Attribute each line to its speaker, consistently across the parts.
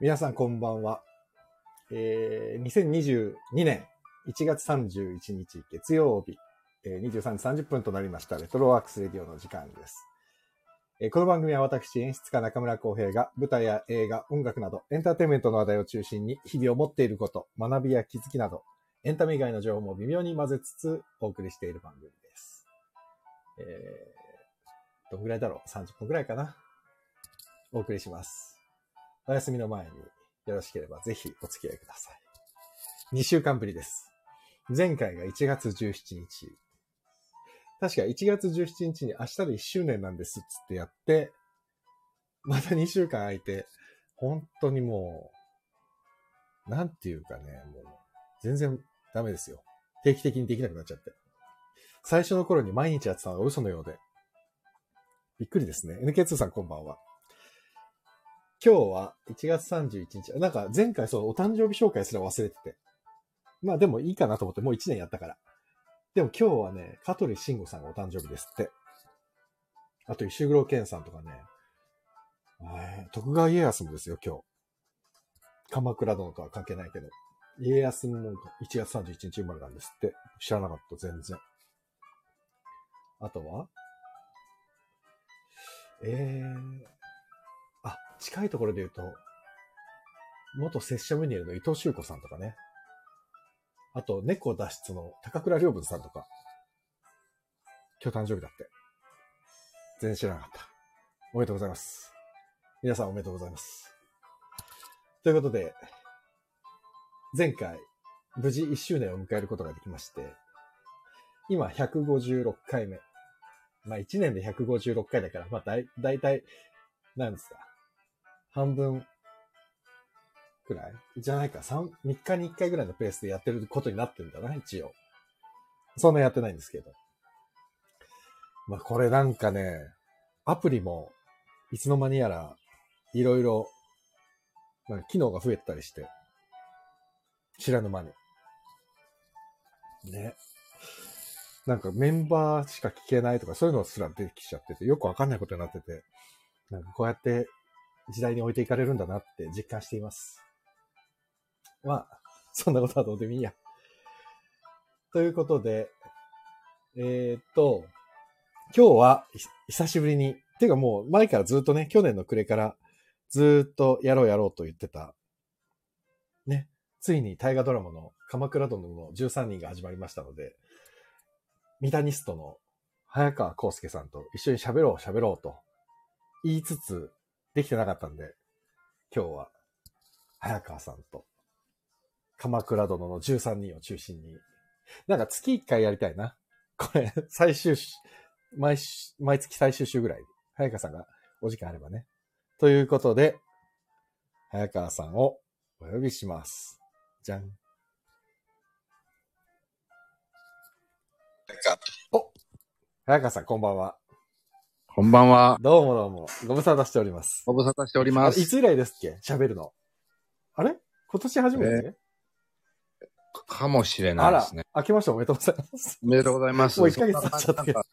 Speaker 1: 皆さんこんばんは。えー、2022年1月31日月曜日、えー23時30分となりましたレトロワークスレディオの時間です。えーこの番組は私、演出家中村浩平が舞台や映画、音楽などエンターテインメントの話題を中心に日々を持っていること、学びや気づきなど、エンタメ以外の情報も微妙に混ぜつつお送りしている番組です。えー、どんぐらいだろう ?30 分ぐらいかなお送りします。お休みの前によろしければぜひお付き合いください。2週間ぶりです。前回が1月17日。確か1月17日に明日で1周年なんですっつってやって、また2週間空いて、本当にもう、なんていうかね、もう、全然ダメですよ。定期的にできなくなっちゃって。最初の頃に毎日やってたのが嘘のようで。びっくりですね。NK2 さんこんばんは。今日は1月31日。なんか前回そう、お誕生日紹介すら忘れてて。まあでもいいかなと思って、もう1年やったから。でも今日はね、香取慎吾さんがお誕生日ですって。あと石黒健さんとかね。えー徳川家康もですよ、今日。鎌倉殿とは関係ないけど。家康も1月31日生まれなんですって。知らなかった、全然。あとはえー、あ、近いところで言うと、元拙者ムニエルの伊藤修子さんとかね。あと、猫脱出の高倉良文さんとか。今日誕生日だって。全然知らなかった。おめでとうございます。皆さんおめでとうございます。ということで、前回、無事1周年を迎えることができまして、今156回目。まあ1年で156回だから、まあだいだいたい、なんですか。半分くらいじゃないか。3、3日に1回ぐらいのペースでやってることになってるんだな、一応。そんなやってないんですけど。まあこれなんかね、アプリもいつの間にやらいろいろなんか機能が増えたりして、知らぬ間に。ね。なんかメンバーしか聞けないとかそういうのすら出てきちゃってて、よくわかんないことになってて、なんかこうやって時代に置いていかれるんだなって実感しています。まあ、そんなことはどうでもいいや。ということで、えーっと、今日はひ久しぶりに、っていうかもう前からずっとね、去年の暮れからずーっとやろうやろうと言ってた、ね、ついに大河ドラマの鎌倉殿の13人が始まりましたので、ミタニストの早川康介さんと一緒に喋ろう喋ろうと言いつつできてなかったんで、今日は早川さんと鎌倉殿の13人を中心に、なんか月1回やりたいな。これ、最終し、毎週、毎月最終週ぐらい、早川さんがお時間あればね。ということで、早川さんをお呼びします。じゃん。早川さん、こんばんは。
Speaker 2: こんばんは。
Speaker 1: どうもどうも。ご無沙汰しております。
Speaker 2: ご無沙汰しております。
Speaker 1: あいつ以来ですっけ喋るの。あれ今年初めて、
Speaker 2: かもしれな
Speaker 1: あ
Speaker 2: いで
Speaker 1: ら
Speaker 2: すね。、
Speaker 1: 明けましておめでとうござい ます。
Speaker 2: おめでとうございます。
Speaker 1: もう一ヶ月経っちゃったけど
Speaker 2: なんか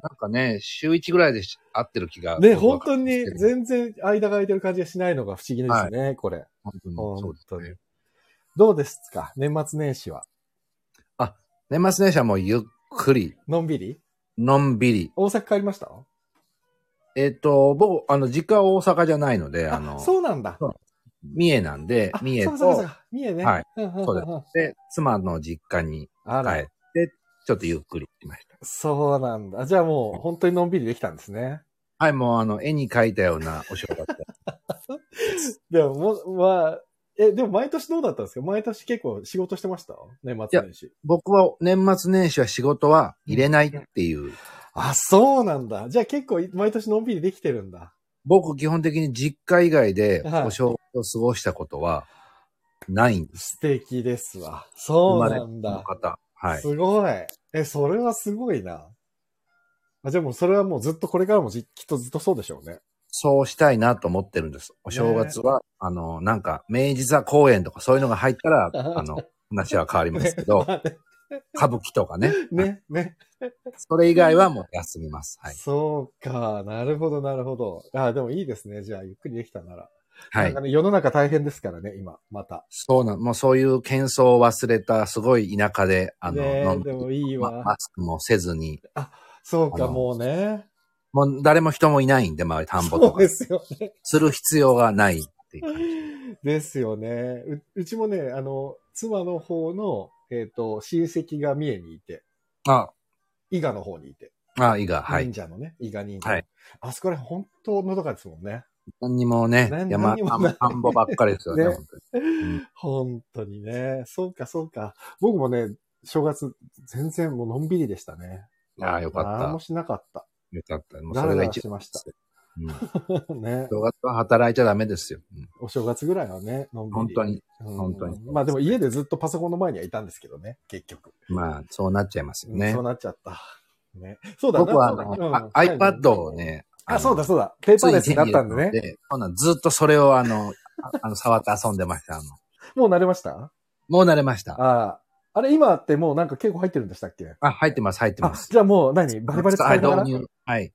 Speaker 2: なんかね、週一ぐらいでし合ってる気が。
Speaker 1: ね、本当に全
Speaker 2: 全
Speaker 1: 然間が空いてる感じがしないのが不思議ですね、これ。
Speaker 2: 本当にそう
Speaker 1: 本
Speaker 2: です
Speaker 1: 当に。どうですか年末年始は。
Speaker 2: 年末年始はもうゆっくり、
Speaker 1: のんびり
Speaker 2: のんびり。
Speaker 1: 大阪帰りました
Speaker 2: えっ、と、僕、あの、実家は大阪じゃないので、あ
Speaker 1: あ、
Speaker 2: の、
Speaker 1: そうなんだ。
Speaker 2: 三重なんで、
Speaker 1: あ
Speaker 2: 三重
Speaker 1: そうかそうかそう
Speaker 2: と、
Speaker 1: か三重ね。
Speaker 2: はい
Speaker 1: うんうんうんうん。
Speaker 2: そうでで、妻の実家に
Speaker 1: あ
Speaker 2: 帰
Speaker 1: ら、
Speaker 2: って、ちょっとゆっくりしました。
Speaker 1: そうなんだ。じゃあもう本当にのんびりできたんですね。
Speaker 2: はい、もうあの、絵に描いたようなお正月。
Speaker 1: でも、も、まあ、え、でも毎年どうだったんですか毎年結構仕事してました年末年始。
Speaker 2: 僕は年末年始は仕事は入れないっていう
Speaker 1: あ、そうなんだ。じゃあ結構毎年のんびりできてるんだ。
Speaker 2: 僕、基本的に実家以外で
Speaker 1: はい
Speaker 2: お正月を過ごしたことはないんです。
Speaker 1: 素敵ですわ。そうなん
Speaker 2: 生まれ
Speaker 1: だ
Speaker 2: の。方。はい。
Speaker 1: すごい。え、それはすごいな。あ、じゃあもうそれはもうずっとこれからもじきっとずっとそうでしょうね。
Speaker 2: そうしたいなと思ってるんです。お正月は、あの、なんか、明治座公演とかそういうのが入っ たら、あの、話は変わりますけど、
Speaker 1: まあね
Speaker 2: 歌舞伎とかね。
Speaker 1: ね、ね。
Speaker 2: それ以外はもう休みます。はい。
Speaker 1: そうか。なるほど、なるほど。あ、でもいいですね。じゃあ、ゆっくりできたなら。
Speaker 2: は
Speaker 1: なん
Speaker 2: い
Speaker 1: か。ね、世の中大変ですからね、今、また。
Speaker 2: そうなん、もうそういう喧騒を忘れた、すごい田舎で、あの、
Speaker 1: ねえ
Speaker 2: のん
Speaker 1: でもいい
Speaker 2: ま
Speaker 1: わ。
Speaker 2: マスクもせずに、
Speaker 1: そうか、
Speaker 2: あの
Speaker 1: もうね。
Speaker 2: もう誰も人もいないんで、周り田んぼ
Speaker 1: そ
Speaker 2: と
Speaker 1: う
Speaker 2: か
Speaker 1: で。すよね。
Speaker 2: する必要がないっていう。
Speaker 1: ですよね。ううちもね、あの、妻の方の、えっ、と、親戚が三重にいて、
Speaker 2: あ、
Speaker 1: 伊賀の方にいて、
Speaker 2: あ、いいが、はい
Speaker 1: 忍。者のね、伊賀忍者。
Speaker 2: はい
Speaker 1: あそこら辺本当のどかですもんね。
Speaker 2: 何にもね
Speaker 1: 何、
Speaker 2: 山、
Speaker 1: 何に
Speaker 2: 田
Speaker 1: もない
Speaker 2: ん田んぼばっかりですよ ね。
Speaker 1: ね
Speaker 2: 本当にん
Speaker 1: 本当にね。そうか、そうか。僕もね、正月、全然もうのんびりでしたね。
Speaker 2: いやーよかった
Speaker 1: 何もしなかった。
Speaker 2: よかった。もう
Speaker 1: だ
Speaker 2: そ
Speaker 1: らだ
Speaker 2: れが
Speaker 1: ら
Speaker 2: 一
Speaker 1: し
Speaker 2: 番。
Speaker 1: ました。
Speaker 2: うん。
Speaker 1: ね。
Speaker 2: 正月は働いちゃダメですよ。うん
Speaker 1: お正月ぐらいはね、のんびり。
Speaker 2: 本当に。
Speaker 1: うん
Speaker 2: 本当に
Speaker 1: まあでも家でずっとパソコンの前にはいたんですけどね、結局。
Speaker 2: まあ、そうなっちゃいますよね
Speaker 1: そう。なっちゃった。ね。そうだ
Speaker 2: 僕はあ
Speaker 1: そうだ
Speaker 2: の、あ
Speaker 1: うん
Speaker 2: iPad をね、
Speaker 1: あ、そうだ
Speaker 2: そ
Speaker 1: そうだ。ペー
Speaker 2: つ
Speaker 1: パーレ
Speaker 2: い
Speaker 1: ス
Speaker 2: 手
Speaker 1: になっ
Speaker 2: に
Speaker 1: た
Speaker 2: た
Speaker 1: ん
Speaker 2: ん
Speaker 1: で
Speaker 2: で
Speaker 1: ね。
Speaker 2: ね。そうなんずっとそれをあの、ああの、触って遊んでました。あの、
Speaker 1: もう慣れました
Speaker 2: もう慣れました。
Speaker 1: ああ。あれ、今ってもうなんか結構入ってるんでしたっけ
Speaker 2: あ、入ってます、入って
Speaker 1: あ
Speaker 2: ま、す。
Speaker 1: じゃあもう何バリバリ使
Speaker 2: はいい、
Speaker 1: ながら
Speaker 2: 導入。はい。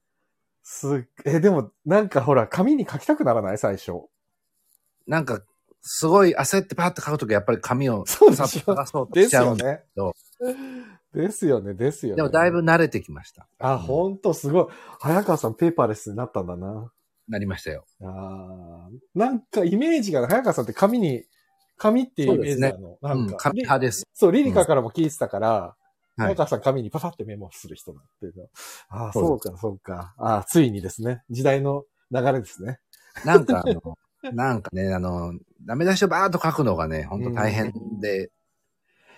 Speaker 1: すっえ、でも、なんかほら、紙に書きたくならない最初。
Speaker 2: なんか、すごい焦ってパッと書くときやっぱり紙を
Speaker 1: そうでしょ
Speaker 2: さっと剥がそうと
Speaker 1: で
Speaker 2: し
Speaker 1: す
Speaker 2: ちゃう
Speaker 1: よ
Speaker 2: んで。
Speaker 1: ね
Speaker 2: ど。
Speaker 1: ですよね、ですよね。
Speaker 2: でもだいぶ。慣れてきました。
Speaker 1: あ、ほんとすごい。早川さんペーパーレスになったんだな。
Speaker 2: なりましたよ。
Speaker 1: あーなんかイメージが、早川さんって紙に、紙っていうイメージなの。な
Speaker 2: うんん、
Speaker 1: か、
Speaker 2: 紙派です。
Speaker 1: そう、リリカからも聞いてたから、
Speaker 2: うんはい
Speaker 1: 早川さん紙にパパってメモする人だっていうの。ああ、
Speaker 2: そう
Speaker 1: そうか、そうか。ああ、ついにですね。時代の流れですね。
Speaker 2: なんか、あ の、なんかね、あの、ダメ出しをバーッと書くのがね、本当大変で、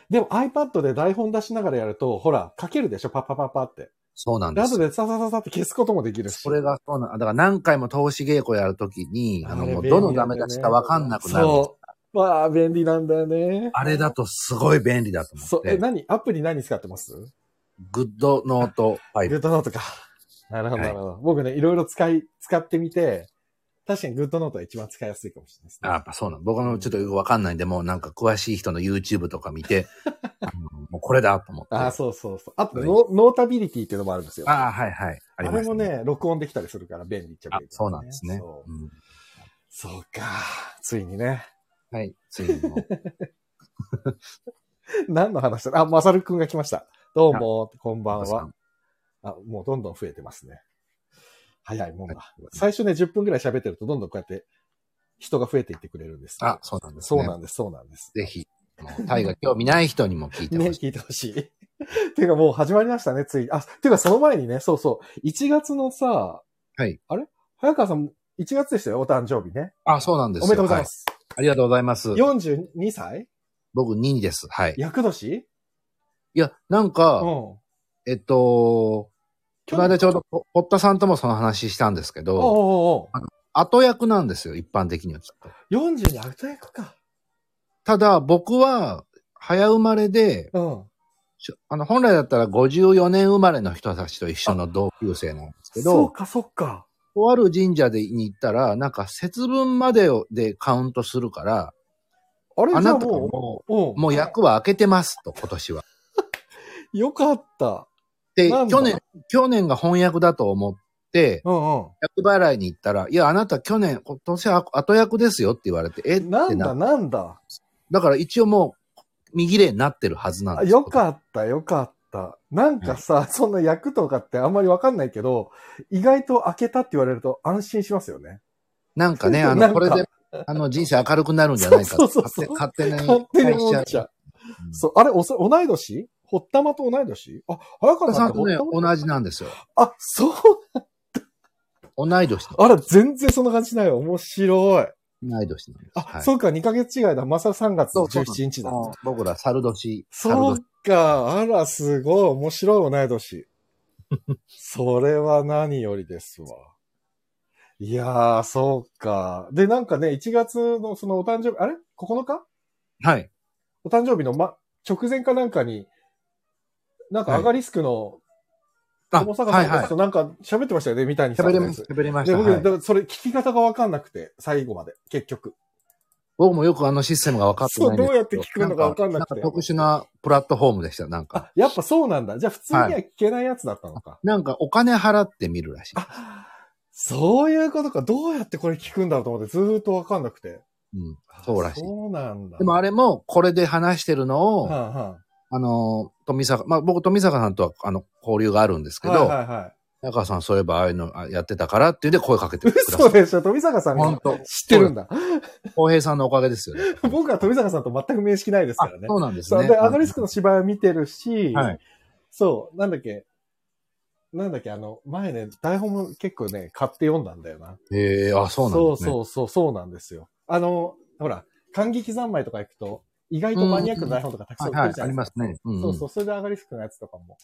Speaker 1: でも iPad で台本出しながらやると、ほら、書けるでしょパパパパって。
Speaker 2: そうなん
Speaker 1: で、
Speaker 2: で
Speaker 1: 後
Speaker 2: す。
Speaker 1: でササササって消すこともできるし。
Speaker 2: それがそうなん、だから何回も投資稽古やるときに、あの、
Speaker 1: れ
Speaker 2: もう
Speaker 1: 便利な
Speaker 2: ど
Speaker 1: ん
Speaker 2: の
Speaker 1: だよ
Speaker 2: ダ
Speaker 1: ね
Speaker 2: メ出しかわかんなくなる。
Speaker 1: そう。まあ、便利なんだよね。
Speaker 2: あれだとすごい便利だと
Speaker 1: そ
Speaker 2: 思
Speaker 1: う、
Speaker 2: っ
Speaker 1: え、
Speaker 2: て、
Speaker 1: 何アプリ何使ってます
Speaker 2: グッドノート
Speaker 1: グ
Speaker 2: 5。
Speaker 1: ッドノートか。なるほど、
Speaker 2: は
Speaker 1: ないるほど。僕ね、いろいろ使い、使ってみて、確かにグッドノートが一番使いやすいかもしれないです
Speaker 2: あやっぱそうなの。僕もちょっとよくわかんないんで、もうなんか詳しい人の YouTube とか見 て、あのもうこれだと思って。
Speaker 1: ああ、そうそうそう。あと、
Speaker 2: はい
Speaker 1: ノノータビリティっていうのもあるんですよ。
Speaker 2: ああ、はいはい。あ
Speaker 1: あ
Speaker 2: り
Speaker 1: れ
Speaker 2: まし
Speaker 1: も
Speaker 2: たね。
Speaker 1: ね、録音できたりするから便利っちゃ
Speaker 2: あ
Speaker 1: 便利、
Speaker 2: そうなんですね。
Speaker 1: そう
Speaker 2: うん
Speaker 1: そうか。ついにね。
Speaker 2: はい。ついにもう
Speaker 1: 何の話だあ、まさるくんが来ました。どうも、こんばん
Speaker 2: マサ
Speaker 1: は
Speaker 2: ル。
Speaker 1: あ、もうどんどん増えてますね。早いもんだ。
Speaker 2: はい
Speaker 1: 最初ね、10分くらい喋ってると、どんどんこうやって人が増えていってくれるんです。
Speaker 2: あ、そうなんです
Speaker 1: そう
Speaker 2: ね。
Speaker 1: なんです、そうなんです。
Speaker 2: ぜひ、もうタイが興味ない人にも聞いて
Speaker 1: ね、
Speaker 2: ほしい。
Speaker 1: 聞いてほしい。 ていうかもう始まりましたね、つい。あ、ていうかその前にね、そうそう。1月のさ、
Speaker 2: はい。
Speaker 1: あれ早川さん、1月でしたよ、お誕生日ね。
Speaker 2: あ、そうなんです
Speaker 1: お
Speaker 2: よ
Speaker 1: めでとうございま、す。
Speaker 2: はいありがとうございます。
Speaker 1: 42歳
Speaker 2: 僕2位です。はい。
Speaker 1: 役年
Speaker 2: いや、なん
Speaker 1: う
Speaker 2: か、
Speaker 1: ん。
Speaker 2: えっと、
Speaker 1: 去
Speaker 2: この
Speaker 1: 年
Speaker 2: 間ちょうど、ほ堀田さんともその話したんですけ
Speaker 1: おう
Speaker 2: ど、
Speaker 1: おうお
Speaker 2: 後役なんですよ、一般的にはきっと。
Speaker 1: う42悪役か。
Speaker 2: ただ、僕は、早生まれで、
Speaker 1: うん。
Speaker 2: しょあの、本来だったら54年生まれの人たちと一緒の同級生なんですけ
Speaker 1: そう
Speaker 2: ど、
Speaker 1: か、そうか。
Speaker 2: とある神社でに行ったら、なんか節分までをでカウントするから、
Speaker 1: あれじゃ
Speaker 2: あ
Speaker 1: あ
Speaker 2: なた
Speaker 1: も
Speaker 2: もも
Speaker 1: う、うん
Speaker 2: う、もう役は開けてますと、今年は。
Speaker 1: よかった。
Speaker 2: で、
Speaker 1: なんだ
Speaker 2: 去年、去年が翻訳だと思って、
Speaker 1: うんうん。
Speaker 2: 役払いに行ったら、いや、あなた去年、今年は後役ですよって言われて、えって
Speaker 1: なん
Speaker 2: な
Speaker 1: だ、なんだ。
Speaker 2: だから一応もう、右霊になってるはずなん
Speaker 1: あ
Speaker 2: です
Speaker 1: よかった、よかった。なんかさ、そんな役とかってあんまりわかんないけど、意外と開けたって言われると安心しますよね。
Speaker 2: なんかね、あ
Speaker 1: なん
Speaker 2: の、
Speaker 1: か
Speaker 2: これで、あの、人生明るくなるんじゃないかと
Speaker 1: そうそうそう
Speaker 2: 勝手勝手
Speaker 1: 勝手に
Speaker 2: に期
Speaker 1: 思っ
Speaker 2: 待し
Speaker 1: ち
Speaker 2: ちゃ
Speaker 1: ゃ
Speaker 2: う。
Speaker 1: う。そう、あれ、おそ同い年堀田間と同い年あ、早
Speaker 2: うん
Speaker 1: 川さ
Speaker 2: さ
Speaker 1: んっ
Speaker 2: ん
Speaker 1: て
Speaker 2: と
Speaker 1: 堀
Speaker 2: ね、
Speaker 1: 田間
Speaker 2: 同じなんですよ。
Speaker 1: あ、そう。
Speaker 2: 同い年の。
Speaker 1: あら、全然そんな感じしないよ。面白い。
Speaker 2: 同い年なんです。
Speaker 1: あ、
Speaker 2: はい
Speaker 1: そうか、2ヶ月違いだ。まさ3月
Speaker 2: そうそう
Speaker 1: 17日だ。
Speaker 2: もう僕ら、猿年。猿
Speaker 1: そう
Speaker 2: 年。
Speaker 1: か、あら、すごい、面白い同い年。 それは何よりですわ。いやー、そうか。で、なんかね、1月のそのお誕生日、あれ ?9 日
Speaker 2: はい。
Speaker 1: お誕生日の、ま、直前かなんかに、なんか
Speaker 2: はい
Speaker 1: アガリスクの、
Speaker 2: あ、
Speaker 1: 友坂さ
Speaker 2: はい
Speaker 1: んと
Speaker 2: はい
Speaker 1: か。となんか喋ってましたよね、みたいに
Speaker 2: 喋れました。喋れまし
Speaker 1: で、
Speaker 2: た。
Speaker 1: 僕、
Speaker 2: はい
Speaker 1: だからそれ聞き方がわかんなくて、最後まで、結局。
Speaker 2: 僕もよくあのシステムが分かってないんです
Speaker 1: そうどうやって聞くのか分かんなくて
Speaker 2: なんか特殊なプラットフォームでした。なんか
Speaker 1: あ、、やっぱそうなんだ。じゃあ普通には聞けないやつだったのか。
Speaker 2: なんかお金払ってみるらしい。
Speaker 1: あ、そういうことか。どうやってこれ聞くんだろうと思って、ずーっとわかんなくて。
Speaker 2: うん。そうらしい
Speaker 1: そうなんだ。
Speaker 2: でもあ
Speaker 1: れ、
Speaker 2: れも、これで話してるのを、
Speaker 1: はんはん
Speaker 2: あの、富坂、まあ僕、富坂さんとは、あの、交流があるんですけど、
Speaker 1: はいはいはい。
Speaker 2: 中川さんそういえばああいうのあやってたからっていうんで声かけてくださ
Speaker 1: 嘘
Speaker 2: い。
Speaker 1: でしょ富坂さん
Speaker 2: 本
Speaker 1: が
Speaker 2: 当。
Speaker 1: 知ってるんだ。
Speaker 2: 浩平さんのおかげですよね。
Speaker 1: 僕は富坂さんと全く面識ないです
Speaker 2: あ
Speaker 1: からね。
Speaker 2: そうなんです
Speaker 1: そう
Speaker 2: ね。
Speaker 1: で、アドリスクの芝居見てるし、
Speaker 2: はい
Speaker 1: そう、なんだっけ、なんだっけ、あの、前ね、台本も結構ね、買って読んだんだよな。
Speaker 2: へえあ、そうなんですね。
Speaker 1: そうそうそう、そうなんですよ。あの、ほら、感激三昧とか行くと、意外とマニアックな台本とかたくさん売っ
Speaker 2: は
Speaker 1: て
Speaker 2: い
Speaker 1: るじゃな
Speaker 2: あり
Speaker 1: い
Speaker 2: ま
Speaker 1: ですすか。
Speaker 2: ね。うんうん
Speaker 1: そうそう、それでアガリスクのやつとかも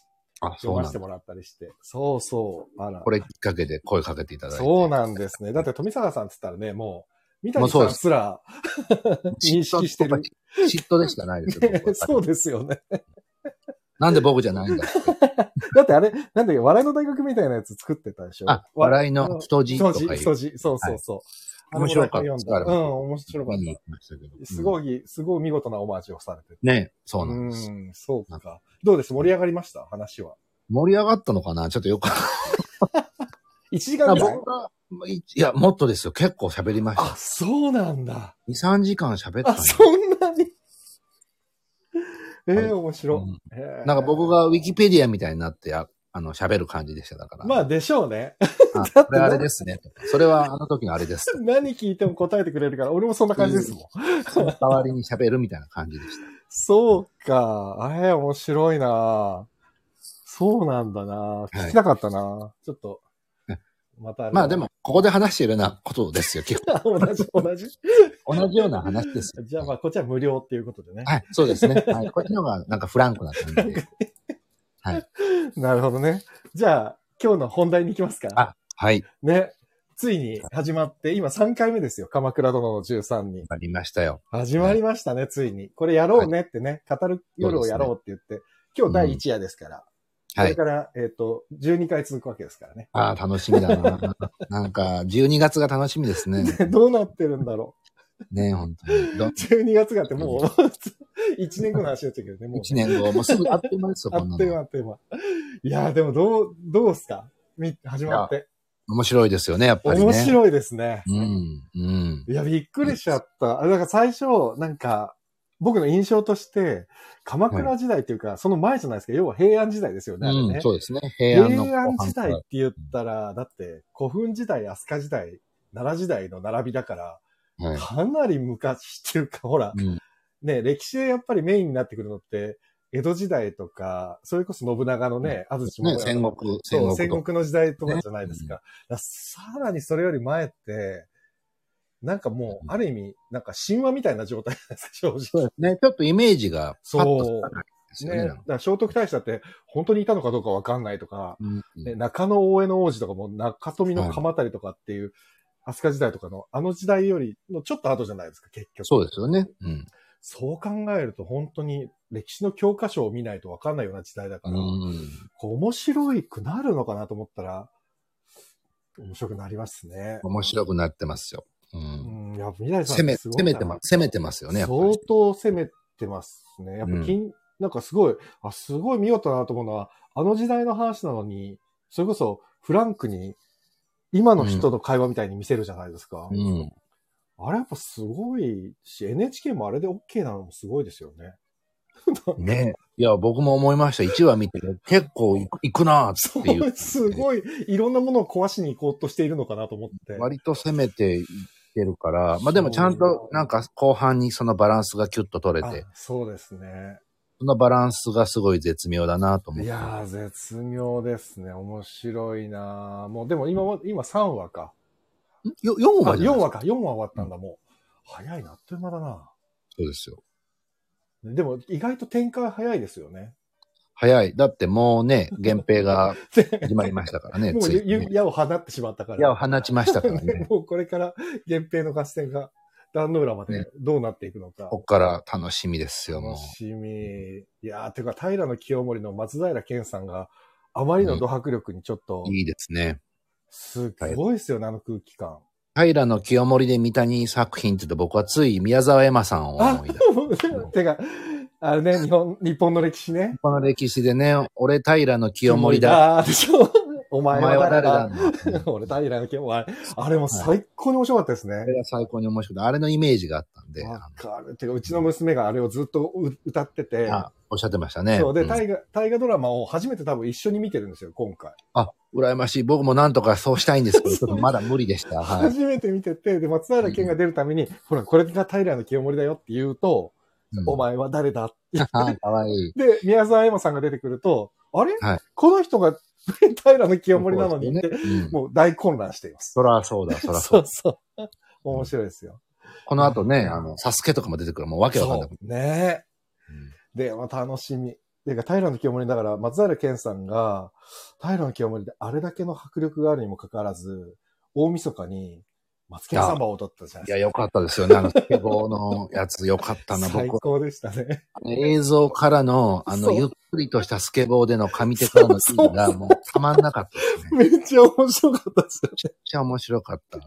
Speaker 2: あ、そ
Speaker 1: 読
Speaker 2: う
Speaker 1: ませ
Speaker 2: なん
Speaker 1: ても
Speaker 2: だ。
Speaker 1: らったりして。そうそう、あら。
Speaker 2: これきっかけで声かけていただいて。
Speaker 1: そうなんですね。だって富坂さんって言ったらね、もう、三谷さ
Speaker 2: もうそうで
Speaker 1: ん
Speaker 2: す
Speaker 1: すら認識してる。
Speaker 2: 嫉妬でしかないです よ。僕は
Speaker 1: そうですよね。
Speaker 2: なんで僕じゃないんだ。
Speaker 1: だってあれ、なんだっけ、笑いの大学みたいなやつ作ってたでしょ
Speaker 2: あ、笑いの人字と
Speaker 1: 人
Speaker 2: か
Speaker 1: 字、
Speaker 2: い
Speaker 1: 人
Speaker 2: う。
Speaker 1: 字、そうそうそう。あれ
Speaker 2: 面白かった
Speaker 1: も
Speaker 2: です
Speaker 1: 読んだうん、面白かっ
Speaker 2: 見に行きましたけど
Speaker 1: た。すごい、すごい見事なオマージュをされてる。
Speaker 2: ね、そううなんです。
Speaker 1: ん、そうか。どうです盛り上がりました話は。
Speaker 2: 盛り上がったのかなちょっとよく。
Speaker 1: 1時間ぐらい
Speaker 2: 僕が、いや、もっとですよ。結構喋りました。
Speaker 1: あ、そうなんだ。
Speaker 2: 2、3時間喋った
Speaker 1: あ、
Speaker 2: んです
Speaker 1: そんなにえ
Speaker 2: はい
Speaker 1: ー、面白
Speaker 2: うん
Speaker 1: い。へー
Speaker 2: なんか僕がウィキペディアみたいになってあ、あの、喋る感じでしただから。
Speaker 1: まあ、でしょうね。
Speaker 2: あ、
Speaker 1: だって
Speaker 2: これあれですね。それはあの時のあれです。
Speaker 1: 何聞いても答えてくれるから、俺もそんな感じですもん。
Speaker 2: その代わりに喋るみたいな感じでした。
Speaker 1: そうか。あれ、面白いなそうなんだな聞きたかったな、ちょっと
Speaker 2: ね。
Speaker 1: またれだ
Speaker 2: まあで。も、ここで話してるようなことですよ。基 本
Speaker 1: 同じ、同じ。
Speaker 2: 同じような話です よ。
Speaker 1: じゃあまあ、こっちは無料っていうことでね。
Speaker 2: はい、そうですね。はい、こっちの方がなんかフランクな感じ で。
Speaker 1: なるほどね。じゃあ、今日の本題に行きますか。
Speaker 2: あ、はい、
Speaker 1: ね。ついに始まって、今3回目ですよ。鎌倉殿の13人
Speaker 2: わ。かりましたよ。
Speaker 1: 始まりましたね、ついに。これやろうねってね、語る夜をやろうって言って、今日第1夜ですから。
Speaker 2: は
Speaker 1: これ
Speaker 2: い。
Speaker 1: から、えっ、と、12回続くわけですからね。
Speaker 2: ああ、楽しみだな。 なんか、12月が楽しみですね。
Speaker 1: どうなってるんだろう。
Speaker 2: ね、本当に。ど
Speaker 1: 12月があってもう、1年後の話になっちゃうけどね、もう。
Speaker 2: 1年後、もうすぐあっという間ですよ、
Speaker 1: あ
Speaker 2: こんな
Speaker 1: っという間
Speaker 2: の。
Speaker 1: あっという間。いやーでもどう、どうっすかみ始まって。
Speaker 2: 面白いですよね、やっぱりね。
Speaker 1: 面白いですね。
Speaker 2: うん、うん。
Speaker 1: いや、びっくりしちゃった。あれ、だから最初、なんか、僕の印象として、鎌倉時代というか、その前じゃないですか、要は平安時代ですよね、あれ
Speaker 2: う
Speaker 1: ね
Speaker 2: ん、。そうですね。平
Speaker 1: 平
Speaker 2: 安の
Speaker 1: 安
Speaker 2: 後半
Speaker 1: 時
Speaker 2: か
Speaker 1: 代
Speaker 2: ら
Speaker 1: って言ったら、だって、古墳時代、飛鳥時代、奈良時代の並びだから、
Speaker 2: はい
Speaker 1: かなり昔っていうか、ほら、
Speaker 2: うん
Speaker 1: ね、歴史でやっぱりメインになってくるのって、江戸時代とか、それこそ信長のね、安土桃
Speaker 2: ね、
Speaker 1: 山
Speaker 2: 戦国、
Speaker 1: そ
Speaker 2: 戦
Speaker 1: う
Speaker 2: 国
Speaker 1: 戦
Speaker 2: と
Speaker 1: 国の時代とかじゃないですか。だからさらにそれより前って、なんかもう、ある意味、なんか神話みたいな状態なんですか、正
Speaker 2: そう
Speaker 1: 直。
Speaker 2: ですね。ちょっとイメージがパッとつかないですよ
Speaker 1: ね、
Speaker 2: ね。
Speaker 1: だから聖徳太子だって、本当にいたのかどうかわかんないとか、
Speaker 2: うん
Speaker 1: ね、中野大江の王子とかも中富の鎌足とかっていう、飛鳥時代とかの、あの時代よりのちょっと後じゃないですか、結局。
Speaker 2: そうですよね。うん。
Speaker 1: そう考えると本当に歴史の教科書を見ないと分かんないような時代だから、
Speaker 2: うん
Speaker 1: こう面白いくなるのかなと思ったら、面白くなりますね。
Speaker 2: 面白くなってますよ。う。
Speaker 1: うんん、いや、未来さん
Speaker 2: 攻め、
Speaker 1: すご
Speaker 2: 攻
Speaker 1: いな
Speaker 2: めてます、攻めてますよね、やっぱ
Speaker 1: 相
Speaker 2: り。
Speaker 1: 当攻めてますね。やっぱ金、なんかすごい、あ、すごい見事だなと思うのは、あの時代の話なのに、それこそフランクに今の人の会話みたいに見せるじゃないですか。
Speaker 2: うん。
Speaker 1: あれやっぱすごいし、NHK もあれで OK なのもすごいですよね。
Speaker 2: ねいや、僕も思いました。1話見て、結構いくいくなーっていう。
Speaker 1: すごい、いろんなものを壊しに行こうとしているのかなと思って。
Speaker 2: 割と攻めていってるから、まあでもちゃんと、なんか後半にそのバランスがキュッと取れて
Speaker 1: あ、そうですね。
Speaker 2: そのバランスがすごい絶妙だなと思っ
Speaker 1: い
Speaker 2: て。
Speaker 1: やー、絶妙ですね。面白いなーもう、でも今は、今3話か。
Speaker 2: よ4
Speaker 1: あ
Speaker 2: 話じゃ
Speaker 1: 4
Speaker 2: ない
Speaker 1: 話か。4話終わったんだ、もう。早いな、あっという間だな。
Speaker 2: そうですよ。
Speaker 1: でも、意外と展開早いですよ ね。
Speaker 2: 早い。だってもうね、源平が始まりましたからね。
Speaker 1: もう
Speaker 2: つ
Speaker 1: ゆ
Speaker 2: いに
Speaker 1: ゆ
Speaker 2: ね、
Speaker 1: 矢を放ってしまったから。。
Speaker 2: 矢を放ちましたからね
Speaker 1: もうこれから、源平の合戦が、壇ノ浦までどうなっていくのか。
Speaker 2: こっから楽しみですよ、も
Speaker 1: 楽
Speaker 2: う。
Speaker 1: しみ。いやー、てか、平清盛の松平健さんが、あまりのド迫力にちょっと、
Speaker 2: いいですね。
Speaker 1: すっごいですよね、あの空気感。
Speaker 2: 平の清盛で三谷作品って言うと僕はつい宮沢エマさんを
Speaker 1: あ
Speaker 2: 思い出 す。
Speaker 1: てか、あれね、日本、日本の歴史ね。
Speaker 2: この歴史でね、俺平の清盛だ。
Speaker 1: あーでしょ。お
Speaker 2: お
Speaker 1: 前
Speaker 2: 前
Speaker 1: は
Speaker 2: は誰
Speaker 1: 誰だ
Speaker 2: なんだうん
Speaker 1: 俺、平良健吾、あれ、あれも最高に面白かったです
Speaker 2: あ
Speaker 1: ね。
Speaker 2: れが最高に面白くて、あれのイメージがあったんで、あの
Speaker 1: わかる。てか、うちの娘があれをずっとう歌ってて、
Speaker 2: あおっしゃってましたね。
Speaker 1: そうで、
Speaker 2: ん
Speaker 1: 大河、大河ドラマを初めて多分一緒に見てるんですよ、今回。
Speaker 2: あ、羨ましい。僕もなんとかそうしたい んですけど、ちょっとまだ無理でした。はい。
Speaker 1: 初めて見てて、で、松平健が出るために、ほら、これが平の清盛だよって言うと、お前は誰だって言って
Speaker 2: 前。かわいい。
Speaker 1: で、宮沢エマさんが出てくると、あれ、
Speaker 2: はい
Speaker 1: この人が平の清盛なのにって、
Speaker 2: うん
Speaker 1: もう大混乱しています。
Speaker 2: そらそうだ、そらそ
Speaker 1: そうう。そう。面白いですよ。
Speaker 2: この後ね、あの、サスケとかも出てくる。もうわけわかんなくなる
Speaker 1: そうね
Speaker 2: うん
Speaker 1: え。で、まあ、楽しみ。てか、平の清盛だから、松平健さんが、平の清盛であれだけの迫力があるにもかかわらず、大晦日に、松健サンバを踊ったじゃない
Speaker 2: い
Speaker 1: で
Speaker 2: や、
Speaker 1: すか。
Speaker 2: よかったですよね。あの、スケボーのやつ、よかったな。
Speaker 1: 最
Speaker 2: 僕、
Speaker 1: 高でしたね。
Speaker 2: 映像からの、あの、
Speaker 1: そう
Speaker 2: ゆっくりとしたスケボーでの上手からのシーンが、もうたまんなかったですね。めっ
Speaker 1: めっちゃ面白かったですよ。
Speaker 2: ちゃ面白かった。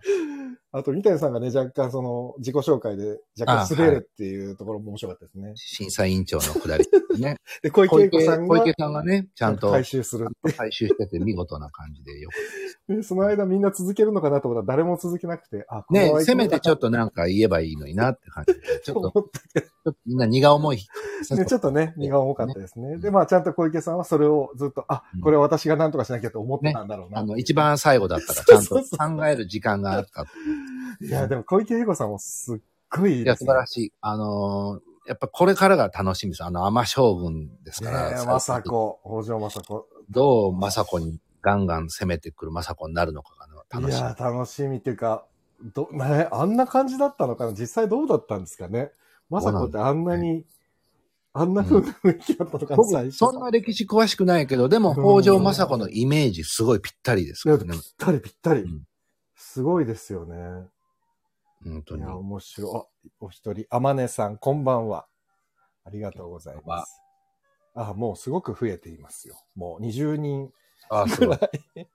Speaker 1: あと、三谷さんがね、若干その、自己紹介で若干滑るっていうところも面白かったですね。
Speaker 2: 審査委員長の くだりね。
Speaker 1: で、小池
Speaker 2: 小
Speaker 1: 栄子
Speaker 2: 池
Speaker 1: さんが
Speaker 2: 小、池さんがね、ちゃんと
Speaker 1: 回収する。
Speaker 2: 回収してて見事な感じでよかっ
Speaker 1: で、その間みんな続けるのかなと思ったら誰も続けなくて、あ、
Speaker 2: た。
Speaker 1: これ
Speaker 2: ね
Speaker 1: は
Speaker 2: せめてちょっとなんか言えばいいのになって感じ で。ちょっと、ち
Speaker 1: 思っ
Speaker 2: ょっとみんな荷が重い。
Speaker 1: たね、ちょっとね、荷が重かったですね。で、まあ、ちゃんと小池さんはそれをずっと、あ
Speaker 2: うん、
Speaker 1: これは私が何とかしなきゃと思ってたんだろうな。
Speaker 2: あの、一番最後だったから、ちゃん
Speaker 1: そうそ
Speaker 2: と
Speaker 1: う
Speaker 2: 考える時間があった。
Speaker 1: いや、でも小池栄子さんもすっごいいい
Speaker 2: い
Speaker 1: で
Speaker 2: や、
Speaker 1: す
Speaker 2: 素
Speaker 1: ね
Speaker 2: 晴らしい。あのーやっぱこれからが楽しみです。あの、天将軍ですか
Speaker 1: ね
Speaker 2: ら。
Speaker 1: え、まさこ、北条まさこ。
Speaker 2: どう政子にガンガン攻めてくる政子になるのかがね楽
Speaker 1: い
Speaker 2: し
Speaker 1: や、楽しみっていうか、ど、ね、あんな感じだったのかな実際どうだったんですかねまさこってあんなに、あんな風な雰囲気だったのかな、最
Speaker 2: み。
Speaker 1: 初。
Speaker 2: そんな歴史詳しくないけど、でも北条政子のイメージすごいぴったりですから
Speaker 1: い
Speaker 2: ね。
Speaker 1: ぴったりぴったり。
Speaker 2: うん
Speaker 1: すごいですよね。
Speaker 2: 本当
Speaker 1: い
Speaker 2: に。
Speaker 1: や、面白い。あお一人、あまねさん、こんばんは。ありがとうございます。あ、もうすごく増えていますよ。もう20人
Speaker 2: ああ、す
Speaker 1: く
Speaker 2: ご
Speaker 1: ら
Speaker 2: い
Speaker 1: い。